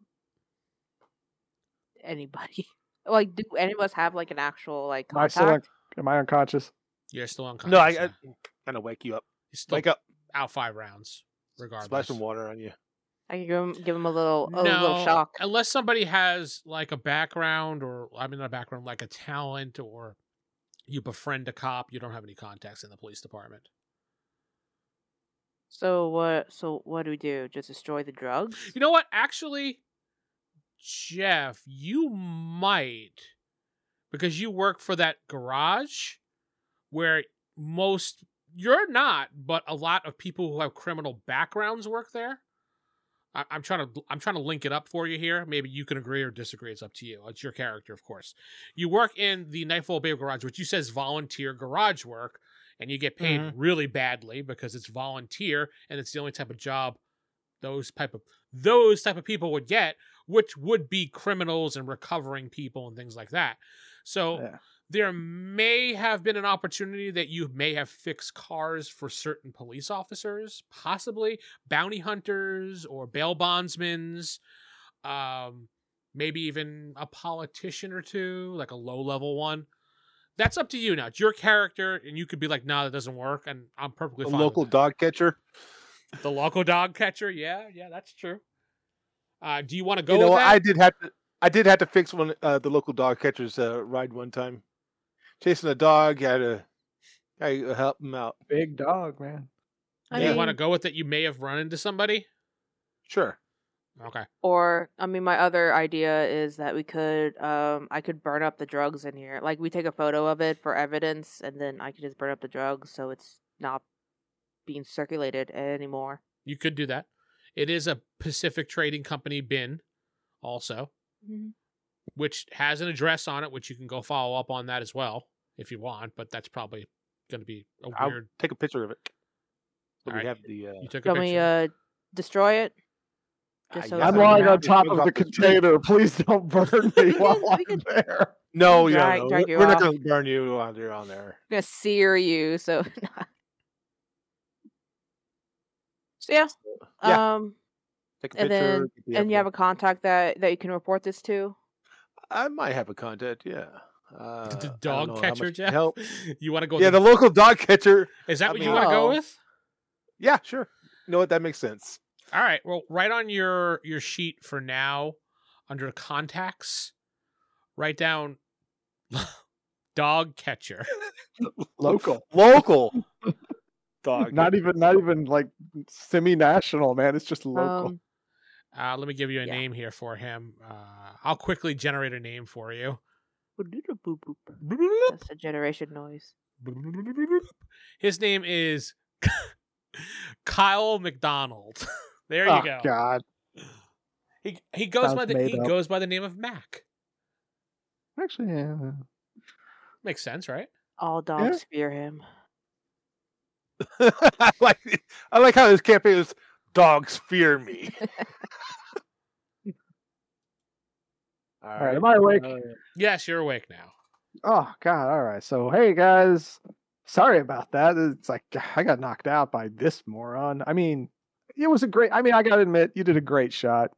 anybody. Like, do any of us have like an actual like Am I still? contact? Un- am I unconscious? You're still unconscious. no, I, I yeah. kind of wake you up. You're still Wake up. out five rounds, regardless. Splash some water on you. I can give him, give him a little No, a little shock. Unless somebody has like a background, or I mean, not a background, like a talent, or you befriend a cop, you don't have any contacts in the police department. So what? So what do we do? Just destroy the drugs? You know what? Actually, Jeff, you might because you work for that garage where most you're not, but a lot of people who have criminal backgrounds work there. I, I'm trying to I'm trying to link it up for you here. Maybe you can agree or disagree. It's up to you. It's your character, of course. You work in the Nightfall Bay Garage, which you says volunteer garage work, and you get paid really badly because it's volunteer and it's the only type of job those type of those type of people would get, which would be criminals and recovering people and things like that. So Yeah. there may have been an opportunity that you may have fixed cars for certain police officers, possibly bounty hunters or bail bondsmen's, um, maybe even a politician or two, like a low level one. That's up to you now. It's your character, and you could be like, "No, nah, that doesn't work," and I'm perfectly A fine. with local that. dog catcher. The local dog catcher. Yeah, yeah, that's true. Uh, do you want to go? you know, with what? that? I did have to. I did have to fix one. Uh, the local dog catcher's uh, ride one time, chasing a dog. Had to. I uh, help him out. Big dog, man. I Do you mean, want to go with it? You may have run into somebody. Sure. Okay. or I mean, my other idea is that we could, um, I could burn up the drugs in here. Like we take a photo of it for evidence, and then I could just burn up the drugs so it's not being circulated anymore. You could do that. It is a Pacific Trading Company bin, also, which has an address on it, which you can go follow up on that as well if you want. But that's probably going to be a I'll weird. take a picture of it. So All we right. have the. Uh, You took a Can picture. we uh, destroy it? I Just so guess I'm it's I lying can on not- just top walk of the up the street. container. Please don't burn me while We I'm could- there. no, you drag- don't. know. drag you We're not off. going to burn you on there. On there. I'm gonna sear you, so. so yeah. Yeah. Um, Take a And picture. then- get the and you have evidence. a contact that that you can report this to. I might have a contact. Yeah. Uh, The- the I don't know dog how catcher, much Jeff. Help. You want to go? Yeah, the local dog catcher. is that I what you mean- want to go Oh. with? Yeah, sure. You know what? That makes sense. All right. Well, right on your your sheet for now, under contacts, write down dog catcher. Local, Local dog. not even, not even like semi-national, man. It's just local. Um, Uh, let me give you a Yeah. name here for him. Uh, I'll quickly generate a name for you. that's a generation noise. His name is Kyle McDonald. there you oh go. God, He he goes Sounds by the made he up. goes by the name of Mac. actually, yeah. Makes sense, right? All dogs fear him. I like. it. I like how this campaign is. Dogs fear me. All All right, am I awake? Uh, Yes, you're awake now. Oh God! All right. So hey guys, sorry about that. It's like I got knocked out by this moron. I mean, it was a great. I mean, I gotta admit, you did a great shot.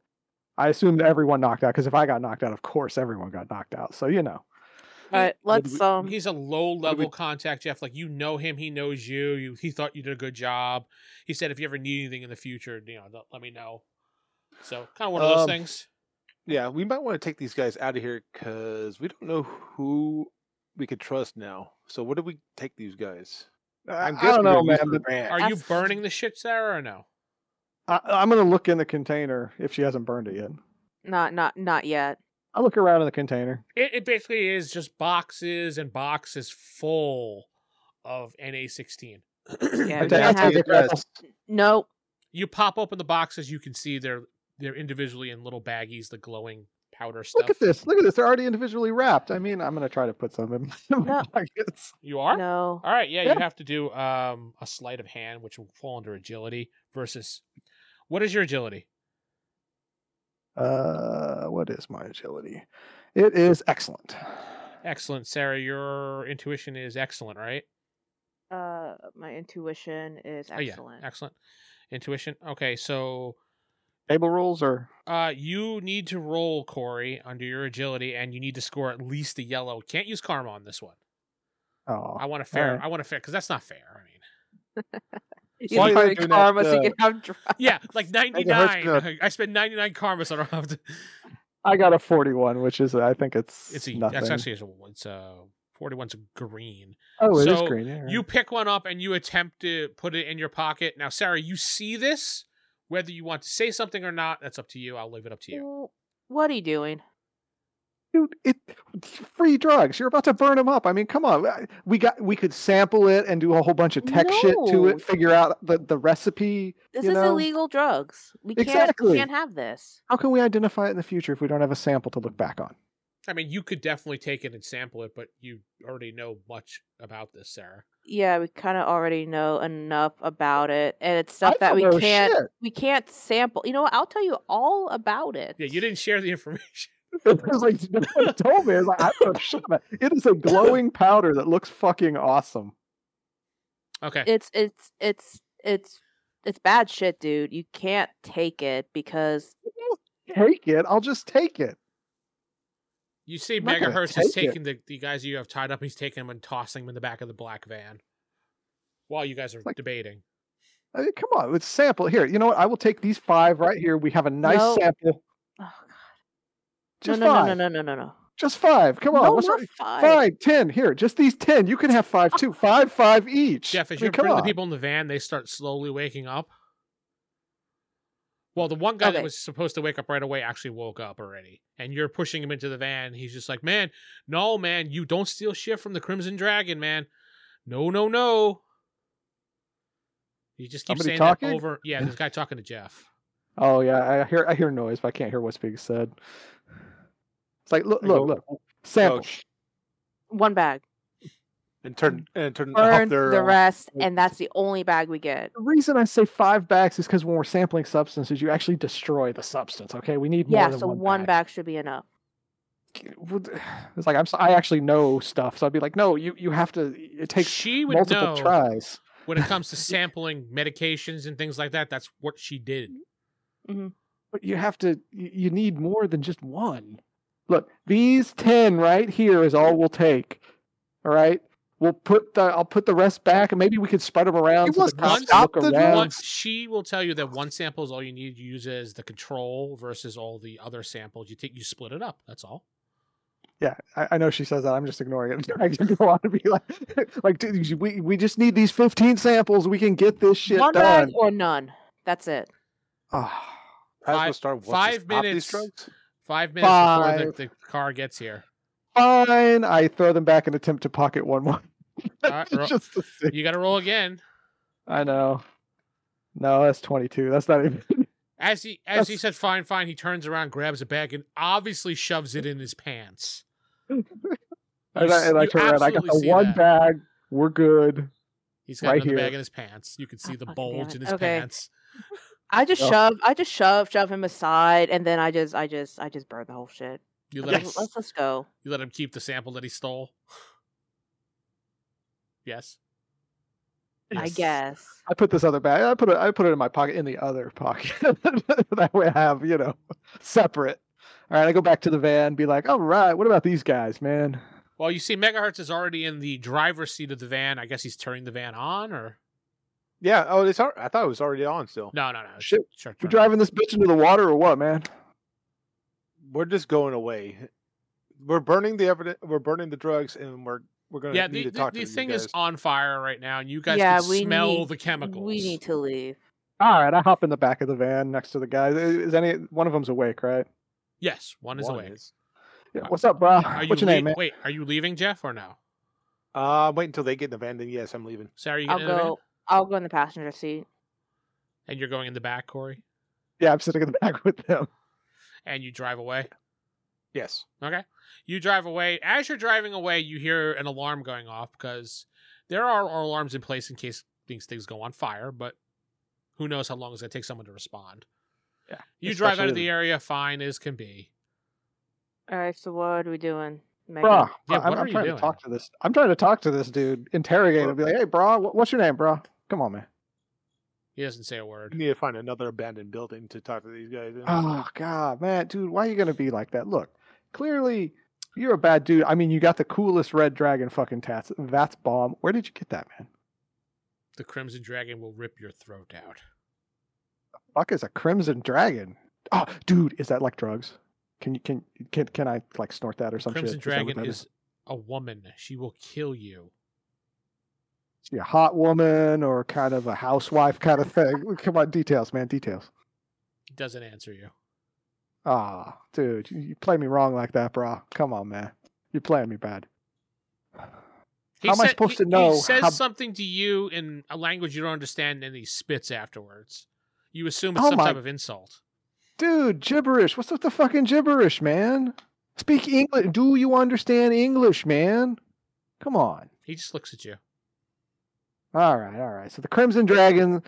I assumed everyone knocked out because if I got knocked out, of course everyone got knocked out. So you know, But let's we- um. He's a low level we- contact, Jeff. Like you know him, he knows you. You he thought you did a good job. He said if you ever need anything in the future, you know, let- let me know. So kind of one of those Um, things. Yeah, we might want to take these guys out of here because we don't know who we could trust now. So what do we take these guys? I, I don't know, man. but Are you F- burning the shit, Sarah, or no? I, I'm gonna look in the container if she hasn't burned it yet. Not not not yet. I look around in the container. It, it basically is just boxes and boxes full of NA16. Yeah, I we ta- I don't have take it. a dress. No, You pop open the boxes, you can see they're they're individually in little baggies, the glowing powder stuff. Look at this. Look at this. They're already individually wrapped. I mean, I'm gonna try to put some in my No. pockets. You are? no. All right, yeah, Yeah. you have to do um, a sleight of hand, which will fall under agility versus what is your agility? Uh, what is my agility? It is excellent. Excellent, Sarah. Your intuition is excellent, right? Uh, my intuition is excellent. Oh, yeah, excellent. Intuition. Okay, so Table rules or uh, you need to roll, Corey, under your agility, and you need to score at least a yellow. Can't use karma on this one. oh, I want a fair. right. I want a fair because that's not fair. I mean, You Why need are they like doing that, karma so uh, you can have drugs. yeah, like ninety Like a horse nine. I spent ninety nine karma, so I don't have to. I got a 41, which is I think it's It's a. nothing. That's actually it's a. It's uh, a forty one's green. oh, it is so green. Yeah, right. You pick one up and you attempt to put it in your pocket. Now, Sarah, you see this. Whether you want to say something or not, that's up to you. I'll leave it up to you. Well, What are you doing? Dude, it free drugs. You're about to burn them up. I mean, come on. I- We got we could sample it and do a whole bunch of tech shit to No. it. Figure out the the recipe. This You is know? illegal drugs. We can't Exactly. we can't have this. How can we identify it in the future if we don't have a sample to look back on? I mean, you could definitely take it and sample it, but you already know much about this, Sarah. Yeah, we kind of already know enough about it, and it's stuff I that don't we know can't shit. we can't sample. You know, what? I'll tell you all about it. Yeah, you didn't share the information. It was like nobody told me. It's like I don't know shit about it. It is a glowing powder that looks fucking awesome. Okay. It's it's it's it's it's bad shit, dude. You can't take it because Take it. I'll just take it. you see, I'm not gonna Megahertz is take it. taking the, the guys you have tied up. He's taking them and tossing them in the back of the black van while you guys are Like- debating. I mean, come on, let's sample here. You know what? I will take these five right here. We have a nice No. sample. oh god, Just no, no, five. no, no, no, no, no, Just five. Come no. on. no, what's not wrong- five. Five, ten. Here, just these ten. You can have five too. Five, five each. Jeff, as I mean, you come bring the on. people in the van, they start slowly waking up. Well, the one guy that Okay. was supposed to wake up right away actually woke up already, and you're pushing him into the van. He's just like, "Man, no, man, you don't steal shit from the Crimson Dragon, man. No, no, no." You just keep Somebody saying talking? that over. Yeah, this guy talking to Jeff. Oh yeah, I hear I hear noise, but I can't hear what's being said. It's like look, I look, go, look. Sample. sh- One bag. and turn and turn off Burn their the uh, rest, like- and that's the only bag we get. the reason I say five bags is because when we're sampling substances, you actually destroy the substance. Okay, we need more Yeah, than so one, one bag should be enough. Would- It's like I'm. so- I actually know stuff, so I'd be like, no, you you have to. It takes she would multiple know tries. when it comes to sampling medications and things like that. That's what she did. but you have to you you need more than just one look these 10 right here is all we'll take all right we'll put the i'll put the rest back and maybe we could spread them around It so was the cops not look the around. Once she will tell you that one sample is all you need. You use it as the control versus all the other samples. You take you split it up. That's all. yeah I, I know she says that i'm just ignoring it i just want to be like like dude, we, we just need these 15 samples we can get this shit one done bag or none. That's it. Ah, Plasma Five- Star wants to five stop minutes. These drugs? Five minutes before Five. the, the car gets here. fine i throw them back and attempt to pocket one more Alright, roll- just to see You got to roll again. i know no that's 22 that's not even As he as he That's- said, "Fine, fine." He turns around, grabs a bag, and obviously shoves it in his pants. And You I, and s- I you turn around. I got the absolutely see one that. bag. We're good. He's got right another here. bag in his pants. You can see Oh, the fucking bulge damn in it. his Okay. pants. I just Oh. shove, I just shove, shove him aside, and then I just, I just, I just burn the whole shit. You I'm let like, him Let's just go. you let him keep the sample that he stole. Yes. I guess. I put this other bag. I put it. I put it in my pocket. In the other pocket. that way, I have you know, separate. All right. I go back to the van. Be like, all right. What about these guys, man? Well, you see, Megahertz is already in the driver's seat of the van. I guess he's turning the van on, or Yeah. Oh, it's. al- I thought it was already on. Still, No, no, no. it's Shit, short We're term. driving this bitch into the water or what, man? we're just going away. We're burning the evidence. We're burning the drugs, and we're we're gonna Yeah, need the, to talk the, to the you thing guys. is on fire right now, and you guys Yeah, can we smell need- the chemicals. We need to leave. All right, I hop in the back of the van next to the guy. Is any one of them's awake, right? Yes, one is One awake. is. Yeah, what's up, bro? Are you What's your lea- name, man? Wait, are you leaving, Jeff, or no? Uh, wait until they get in the van. Then yes, I'm leaving. Sarah, you I'll getting in the van? go. I'll go in the passenger seat. and you're going in the back, Corey, Yeah, I'm sitting in the back with them. and you drive away. Yes. Okay. You drive away. As you're driving away, you hear an alarm going off because there are alarms in place in case these things go on fire, but who knows how long it's going to take someone to respond. Yeah, You drive out especially of the area fine as can be. All right. So what are we doing, Megan? Bro, Yeah, I'm, what I'm are you trying doing? to talk to this. I'm trying to talk to this dude, interrogate him, be like, "Hey, bro, wh- what's your name, bro? Come on, man." He doesn't say a We word. need to find another abandoned building to talk to these guys. in. Oh God, man, dude, why are you gonna be like that? Look, clearly you're a bad dude. I mean, you got the coolest red dragon fucking tats. That's bomb. Where did you get that, man? The Crimson Dragon will rip your throat out. Fuck is a crimson dragon. Oh, dude, is that like drugs? Can you can can can I like snort that or some Crimson shit? that what Dragon that is a woman. She will kill you. Is she a hot woman or kind of a housewife kind of thing? Come on, details, man, details. He doesn't answer you. Ah, dude, you, you play me wrong like that, bro. Come on, man, you're playing me bad. He How am I sa- supposed he- to know He says how- something to you in a language you don't understand, and he spits afterwards. You assume it's Oh some my- type of insult. Dude, gibberish. What's with the fucking gibberish, man? Speak English. Do you understand English, man? Come on. He just looks at you. All right, all right. So the Crimson Dragon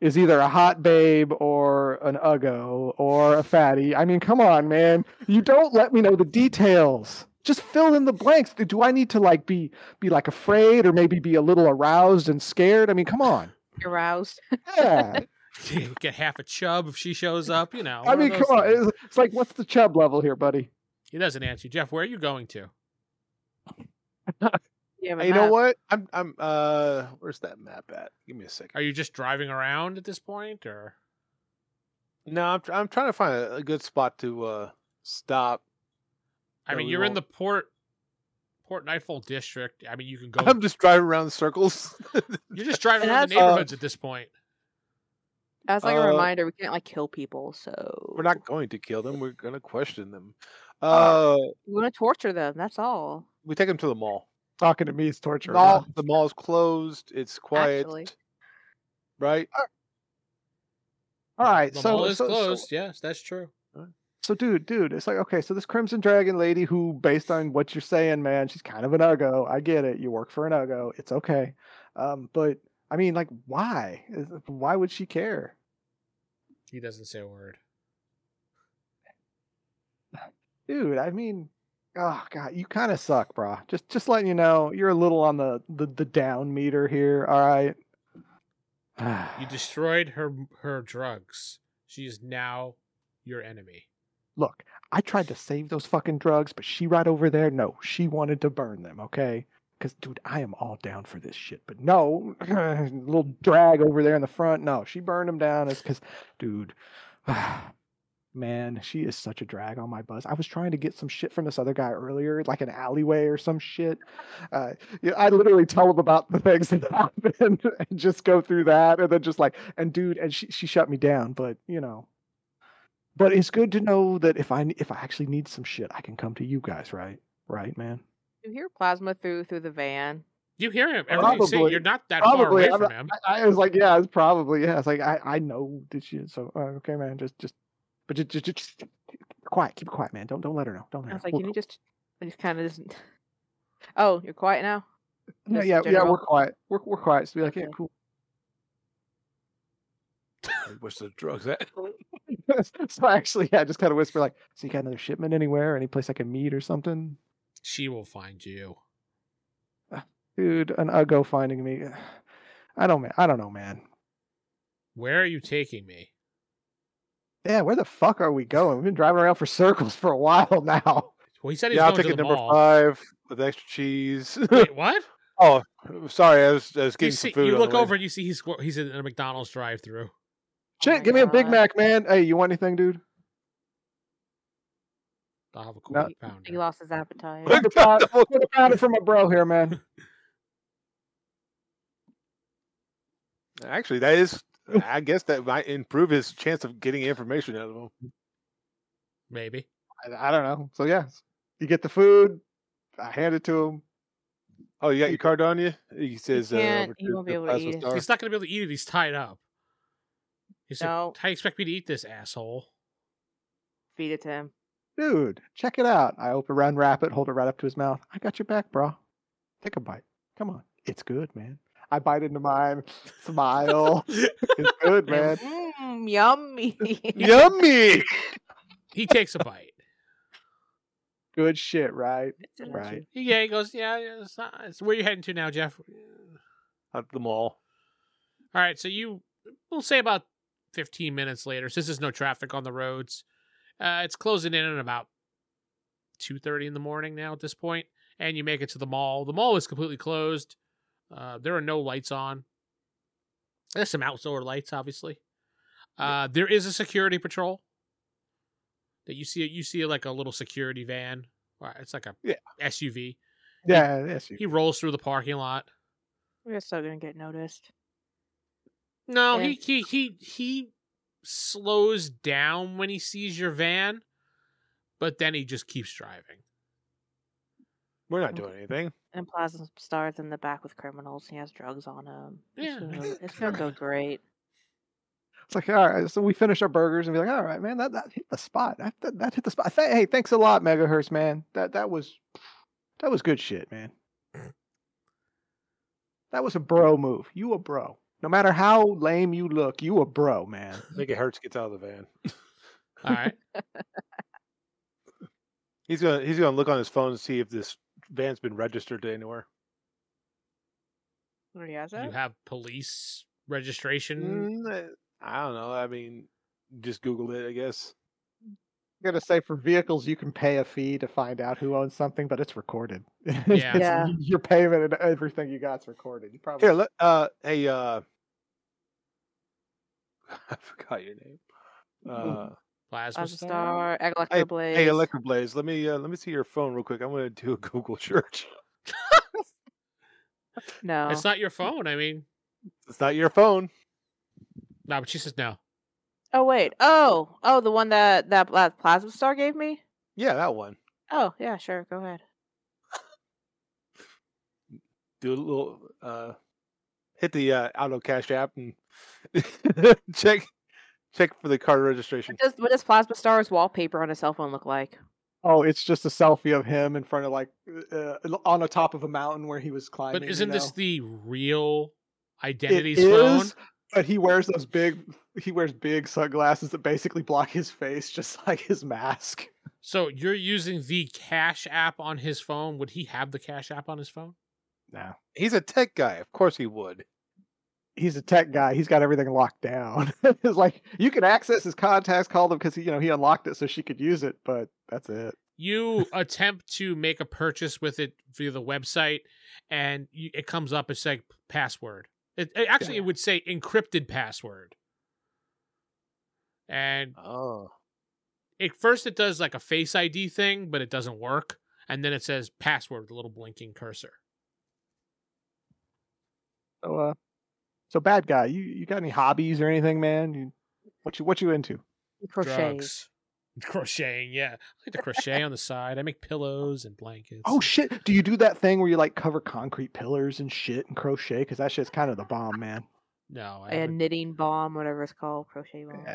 is either a hot babe or an uggo or a fatty. I mean, come on, man. You don't let me know the details. Just fill in the blanks. Do I need to like be be like afraid or maybe be a little aroused and scared? I mean, come on. Aroused. Yeah. get half a chub if she shows up. You know. one I of mean, those come on. things. It's, it's like what's the chub level here, buddy? He doesn't answer. Jeff, where are you going to? You, have a Hey, you know map. what? I'm I'm uh where's that map at? Give me a second. Are you just driving around at this point, or No, I'm tr- I'm trying to find a, a good spot to uh stop. I No, mean, we you're in won't. the port Port Nightfall district. I mean, you can go. I'm just driving around in circles. You're just driving around the That's- neighborhoods at this point. As like a Uh, reminder, we can't like kill people, so We're not going to kill them. We're going to question them. Uh, We want to torture them. That's all. we take them to the mall. Talking to me is torture. Mall, the mall's closed. It's quiet. Actually. Right? All right, the so, mall is so- so- closed. Yes, that's true. So, dude, dude, it's like okay, so this Crimson Dragon lady, who, based on what you're saying, man, she's kind of an uggo. I get it. You work for an uggo. It's okay. Um, but I mean, like, why? Is- Why would she care? He doesn't say a word. dude i mean oh god you kind of suck brah just just letting you know you're a little on the the, the down meter here all right You destroyed her her drugs. She is now your enemy. look i tried to save those fucking drugs but she right over there no she wanted to burn them okay because dude i am all down for this shit but no little drag over there in the front no she burned them down it's because dude man she is such a drag on my bus i was trying to get some shit from this other guy earlier like an alleyway or some shit uh, yeah, i literally tell him about the things that happened and just go through that and then just like and dude and she, she shut me down but you know but it's good to know that if i if i actually need some shit i can come to you guys right right man You hear plasma through through the van. You hear him. Everything you say. Probably- You're not that far probably, away I'm from not- him. I, I was like yeah it's probably yeah it's like i i know that she so uh, okay man just just but just, just, just keep it quiet keep it quiet man don't don't let her know don't let I her was know. like, We're can you cool. just? I just kind of just. Oh, you're quiet now. No, Just yeah, yeah, general- we're quiet. We're we're quiet. So be like, yeah, Okay. cool. Where's the drugs at? so actually, yeah, just kind of whisper like, so you got another shipment anywhere? Any place I can meet or something? She will find you. Dude, an uggo finding me. I don't, man. I don't know, man. Where are you taking me? Yeah, where the fuck are we going? We've been driving around for circles for a while now. Well, he said he's Yeah, I'll going to take it the number mall. five with extra cheese. Wait, what? oh, Sorry, I was, I was You, getting see, some food. you on the look way. over and you see he's he's in a McDonald's drive-through. Oh my Shit, give me a Big God. Mac, man. Hey, you want anything, dude? I'll have a cool No. pounder. He lost his appetite. Put a pound, put a pound for my bro here, man. Actually, that is. I guess that might improve his chance of getting information out of him. Maybe. I, I don't know. So yeah, you get the food. I hand it to him. Oh, you got your card on you? He says, uh, can't- over he to won't the be able to Plasma eat it. Star. He's not going to be able to eat it. He's tied up. He said, No. How do you expect me to eat this, asshole? Feed it to him. Dude, check it out. I open, unwrap it, hold it right up to his mouth. I got your back, bro. Take a bite. Come on, it's good, man. I bite into mine, smile. it's good, man. Mmm, yummy. Yummy! He takes a bite. Good shit, right? Didn't Right. Yeah, he goes, Yeah, yeah, it's not. It's, where you heading to now, Jeff? At the mall. All right, so you, we'll say about 15 minutes later, since there's no traffic on the roads, uh, it's closing in at about 2.30 in the morning now at this point, and you make it to the mall. The mall is completely closed. Uh, there are no lights on. There's some outdoor lights, obviously. Uh, there is a security patrol that you see. You see like a little security van. Or It's like a Yeah. SUV. Yeah, yes. You, He rolls through the parking lot. We're still gonna get noticed. No, Yeah. he, he he he slows down when he sees your van, but then he just keeps driving. We're not doing anything. And Plasma Star's in the back with criminals. He has drugs on him. Yeah. It's gonna, it's gonna go great. it's like, all right. So we finish our burgers and be like, all right, man, that, that hit the spot. That, that, that hit the spot. Th- hey, thanks a lot, Megahertz, man. That that was that was good shit, man. That was a bro move. You a bro. No matter how lame you look, you a bro, man. I think it hurts. Gets out of the van. All right. He's gonna he's gonna look on his phone and see if this van's been registered to anywhere. What do you guys you have? have police registration. Mm, eh, I don't know. I mean, just Google it, I guess. I'm gonna say for vehicles, you can pay a fee to find out who owns something, but it's recorded. It's- Yeah. Your payment and everything you got's recorded. You probably Here, let, uh, hey, uh, I forgot your name. Uh, Plasma Plasma star. Star, Hey, Electro Blaze. hey, Electric Blaze, let me uh, let me see your phone real quick. I'm gonna do a Google search. No. It's not your phone. I mean, It's not your phone. no, but she says no. Oh wait. Oh, oh, the one that that pla- Plasma Star gave me. Yeah, that one. Oh yeah, sure. Go ahead. Do a little uh, hit the uh, auto cash app and check check for the card registration. What does what does Plasma Star's wallpaper on his cell phone look like? Oh, it's just a selfie of him in front of like uh, on the top of a mountain where he was climbing. But isn't you this know? the real It identity's phone? is, But he wears those big he wears big sunglasses that basically block his face, just like his mask. So you're using the Cash app on his phone. Would he have the Cash app on his phone? No. He's a tech guy. Of course he would. He's a tech guy. He's got everything locked down. it's like you can access his contacts, call them because he, you know, he unlocked it so she could use it, but that's it. you attempt to make a purchase with it via the website and you, it comes up as like password it, it- actually it would say encrypted password and Oh. at first it does like a face id thing but it doesn't work and then it says password with a little blinking cursor So, uh, so bad guy. You you got any hobbies or anything, man? You, what you what you into? He crochets. drugs crocheting yeah i like to crochet on the side i make pillows and blankets Oh shit! Do you do that thing where you like cover concrete pillars and shit and crochet? Because that shit's kind of the bomb, man. no i A haven't. knitting bomb, whatever it's called, crochet bomb.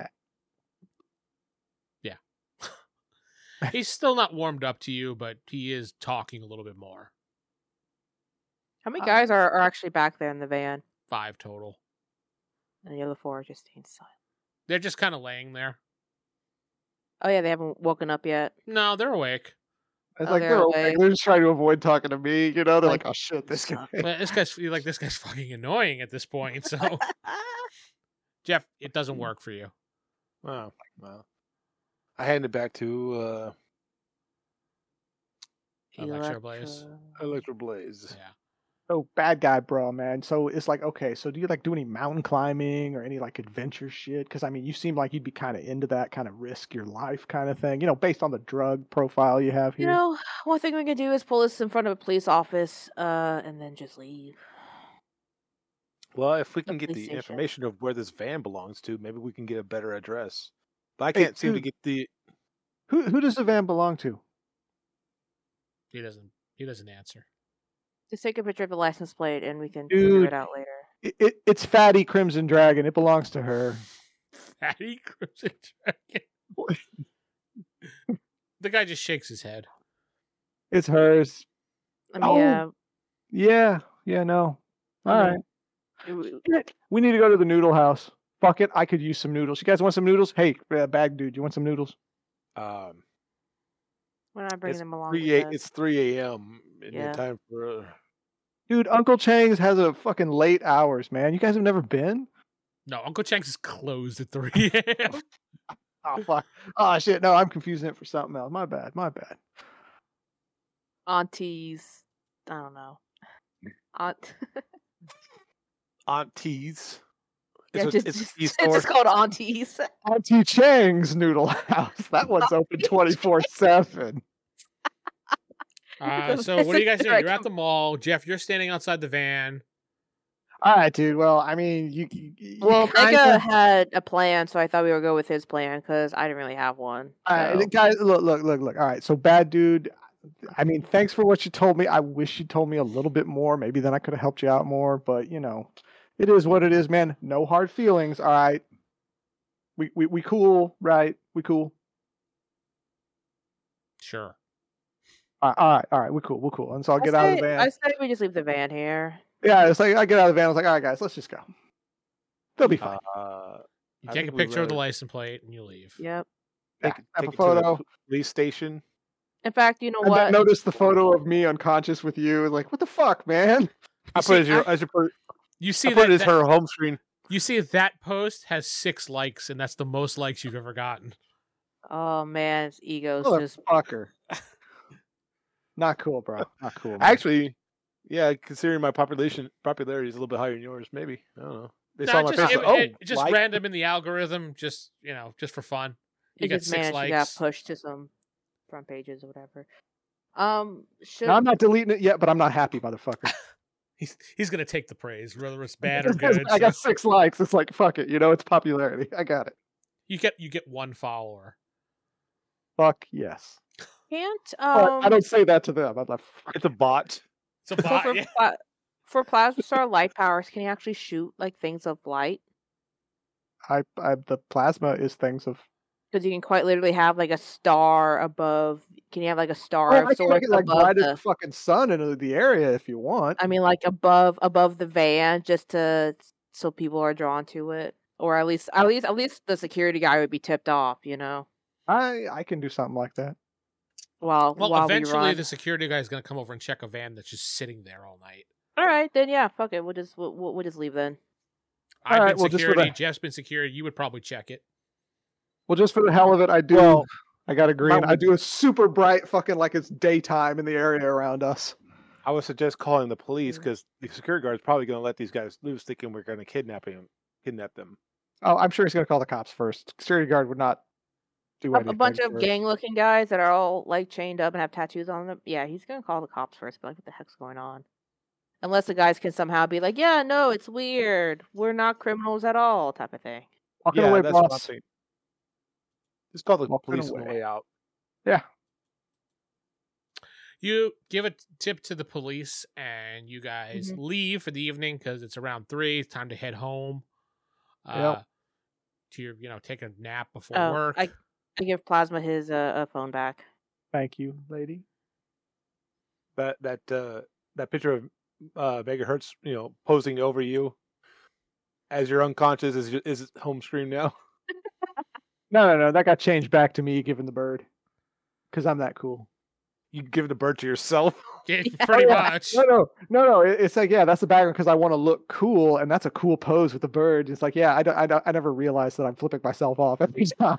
Yeah. he's still not warmed up to you but he is talking a little bit more How many Uh, guys are, are actually back there in the van? five total And the other four are just staying silent. they're just kind of laying there Oh yeah, they haven't woken up yet. No, they're awake. It's Oh, like they're they're, awake. awake. they're just trying to avoid talking to me. You know, they're Like, like, "Oh shit, this guy." suck. But this guy's you're like this guy's fucking annoying at this point. So Jeff, it doesn't work for you. Oh, Wow. Wow. I hand it back to uh Electro Blaze. Electro- Oh, Electro Blaze. Yeah. So bad guy, bro, man. So it's like, okay, so do you like do any mountain climbing or any like adventure shit? Because I mean, you seem like you'd be kind of into that kind of risk your life kind of thing, you know, based on the drug profile you have You here. know, one thing we could do is pull this in front of a police office, uh, and then just leave. Well, if we can The get police the station. information of where this van belongs to, maybe we can get a better address. But I Hey, can't seem to dude. get the. who who does the van belong to? He doesn't. He doesn't answer. Just take a picture of the license plate, and we can figure Dude. it out later. It, it, it's Fatty Crimson Dragon. It belongs to her. Fatty Crimson Dragon. the guy just shakes his head. It's hers. I mean, Oh, yeah, Yeah, yeah, no. All No. right. w- Shit, We need to go to the noodle house. Fuck it. I could use some noodles. You guys want some noodles? Hey, uh, bag dude, you want some noodles? Um, we're not bringing them along. three with a, us. it's 3 a.m. and the Yeah. time for. Uh, Dude, Uncle Chang's has a fucking late hours, man. You guys have never been? No, Uncle Chang's is closed at 3 a.m. Oh, fuck. Oh, shit. No, I'm confusing it for something else. My bad. My bad. aunties. I don't know. Aunt. aunties. yeah, It's, a- just, it's a just, tea it's store. just called aunties. Auntie Chang's Noodle House. That one's open 24 7. Uh, So so this what are you is guys doing? where I You're at come- the mall. Jeff, you're standing outside the van. All right, dude. Well, I mean, you. you- you Well, Mega kinda- had a plan, so I thought we would go with his plan because I didn't really have one. All right, so- guys, look, look, look, look. All right, so bad dude. I mean, thanks for what you told me. I wish you told me a little bit more. Maybe then I could have helped you out more. But you know, it is what it is, man. No hard feelings. All right, we we we cool, right? We cool. Sure. All right, all right, all right we cool, we cool. And so I'll I get out of say- the van. I said we just leave the van here. yeah, it's like I get out of the van. I was like, all right, guys, let's just go. They'll be fine. uh, You I take a think we picture of the rather- license plate and you leave. Yep. Yeah, take, snap take a it to the photo. pol- police station. In fact, you know And then what? notice the photo of me unconscious with you. Like, what the fuck, man? I see, put it as your, I- as your put, You I see put that, it as that- her home screen. you see that post has six likes, and that's the most likes you've ever gotten. Oh man, his ego's just Motherfucker. Not cool, bro. Not cool. man. Actually, yeah, considering my population popularity is a little bit higher than yours, maybe I don't know. They saw No, my just, face. it- like, oh, it- just like- random in the algorithm, just you know, just for fun. You he got just six managed likes. to got pushed to some front pages or whatever. Um, should No, I'm not deleting it yet, but I'm not happy, motherfucker. He's he's gonna take the praise, whether it's bad or Because good. I got so six likes. It's like fuck it, you know. It's popularity. I got it. you get you get one follower. Fuck yes. can't But um I don't say that to them. I'm like, fuck. it's a bot. It's a so bot. for, yeah. pla- for plasma star light powers, can he actually shoot like things of light? I, I the plasma is things of. Because you can quite literally have like a star above. Can you have like a Oh, star I of can make sorts it like above bright as the- the fucking sun in the area if you want. I mean, like above above the van, just to so people are drawn to it, or at least at least at least the security guy would be tipped off, you know. I I can do something like that. While Well, while we eventually run. the security guy is gonna come over and check a van that's just sitting there all night. All right, then yeah, fuck it, we'll just we'll, we'll we'll just leave then. I've Alright, been well, just for security. the- Jeff's been security. You would probably check it. Well, just for the hell of it, I do. Well, I got a green. I win- do a super bright fucking like it's daytime in the area around us. I would suggest calling the police Mm. because the security guard is probably going to let these guys loose, thinking we're going to kidnap him, kidnap them. Oh, I'm sure he's gonna call the cops first. Security guard would not do A- anything. A bunch of first. gang-looking guys that are all like chained up and have tattoos on them. Yeah, he's gonna call the cops first. Be like, what the heck's going on? Unless the guys can somehow be like, yeah, no, it's weird. We're not criminals at all, type of thing. Walking yeah, away, that's what I'm boss. thinking. Just call the Walking police on the away. way out. You give a t- tip to the police, and you guys Mm-hmm. leave for the evening because it's around three. It's time to head home. Yep. Uh, To your, you know, take a nap before Oh, work. I, I give Plasma his uh, uh, phone back. Thank you, lady. That that uh, that picture of uh, megahertz, you know, posing over you as you're unconscious is is home screen now. No, no, no. That got changed back to me giving the bird because I'm that cool. You give the bird to yourself. Yeah, Yeah. pretty Oh, yeah. much. No, no, no, no. it- It's like, yeah, that's the background because I want to look cool, and that's a cool pose with the bird. It's like, yeah, I don't, I, don't, I never realized that I'm flipping myself off every time.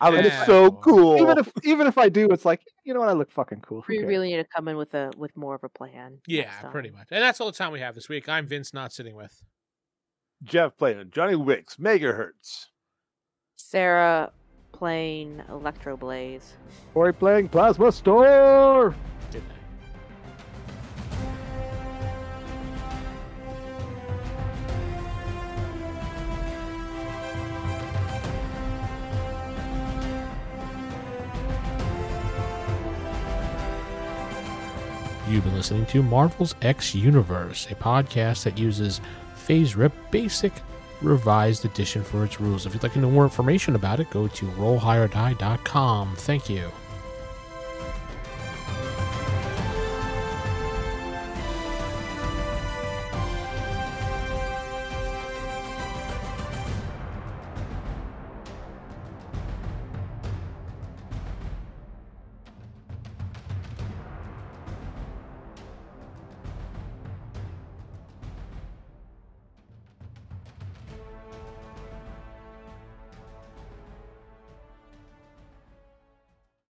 I would And Yeah. it's so cool. even if even if I do, it's like you know what I look fucking cool. Who We cares? really need to come in with a with more of a plan. Yeah, next time. pretty much. And that's all the time we have this week. I'm Vince, not sitting with. Jeff playing Johnny Wicks, megahertz. Sarah playing Electroblaze. Or playing Plasma Store. Good night. You've been listening to Marvel's X Universe, a podcast that uses Phase Rip Basic Revised Edition for its rules. If you'd like to know more information about it, go to rollhigherdie.com. Thank you.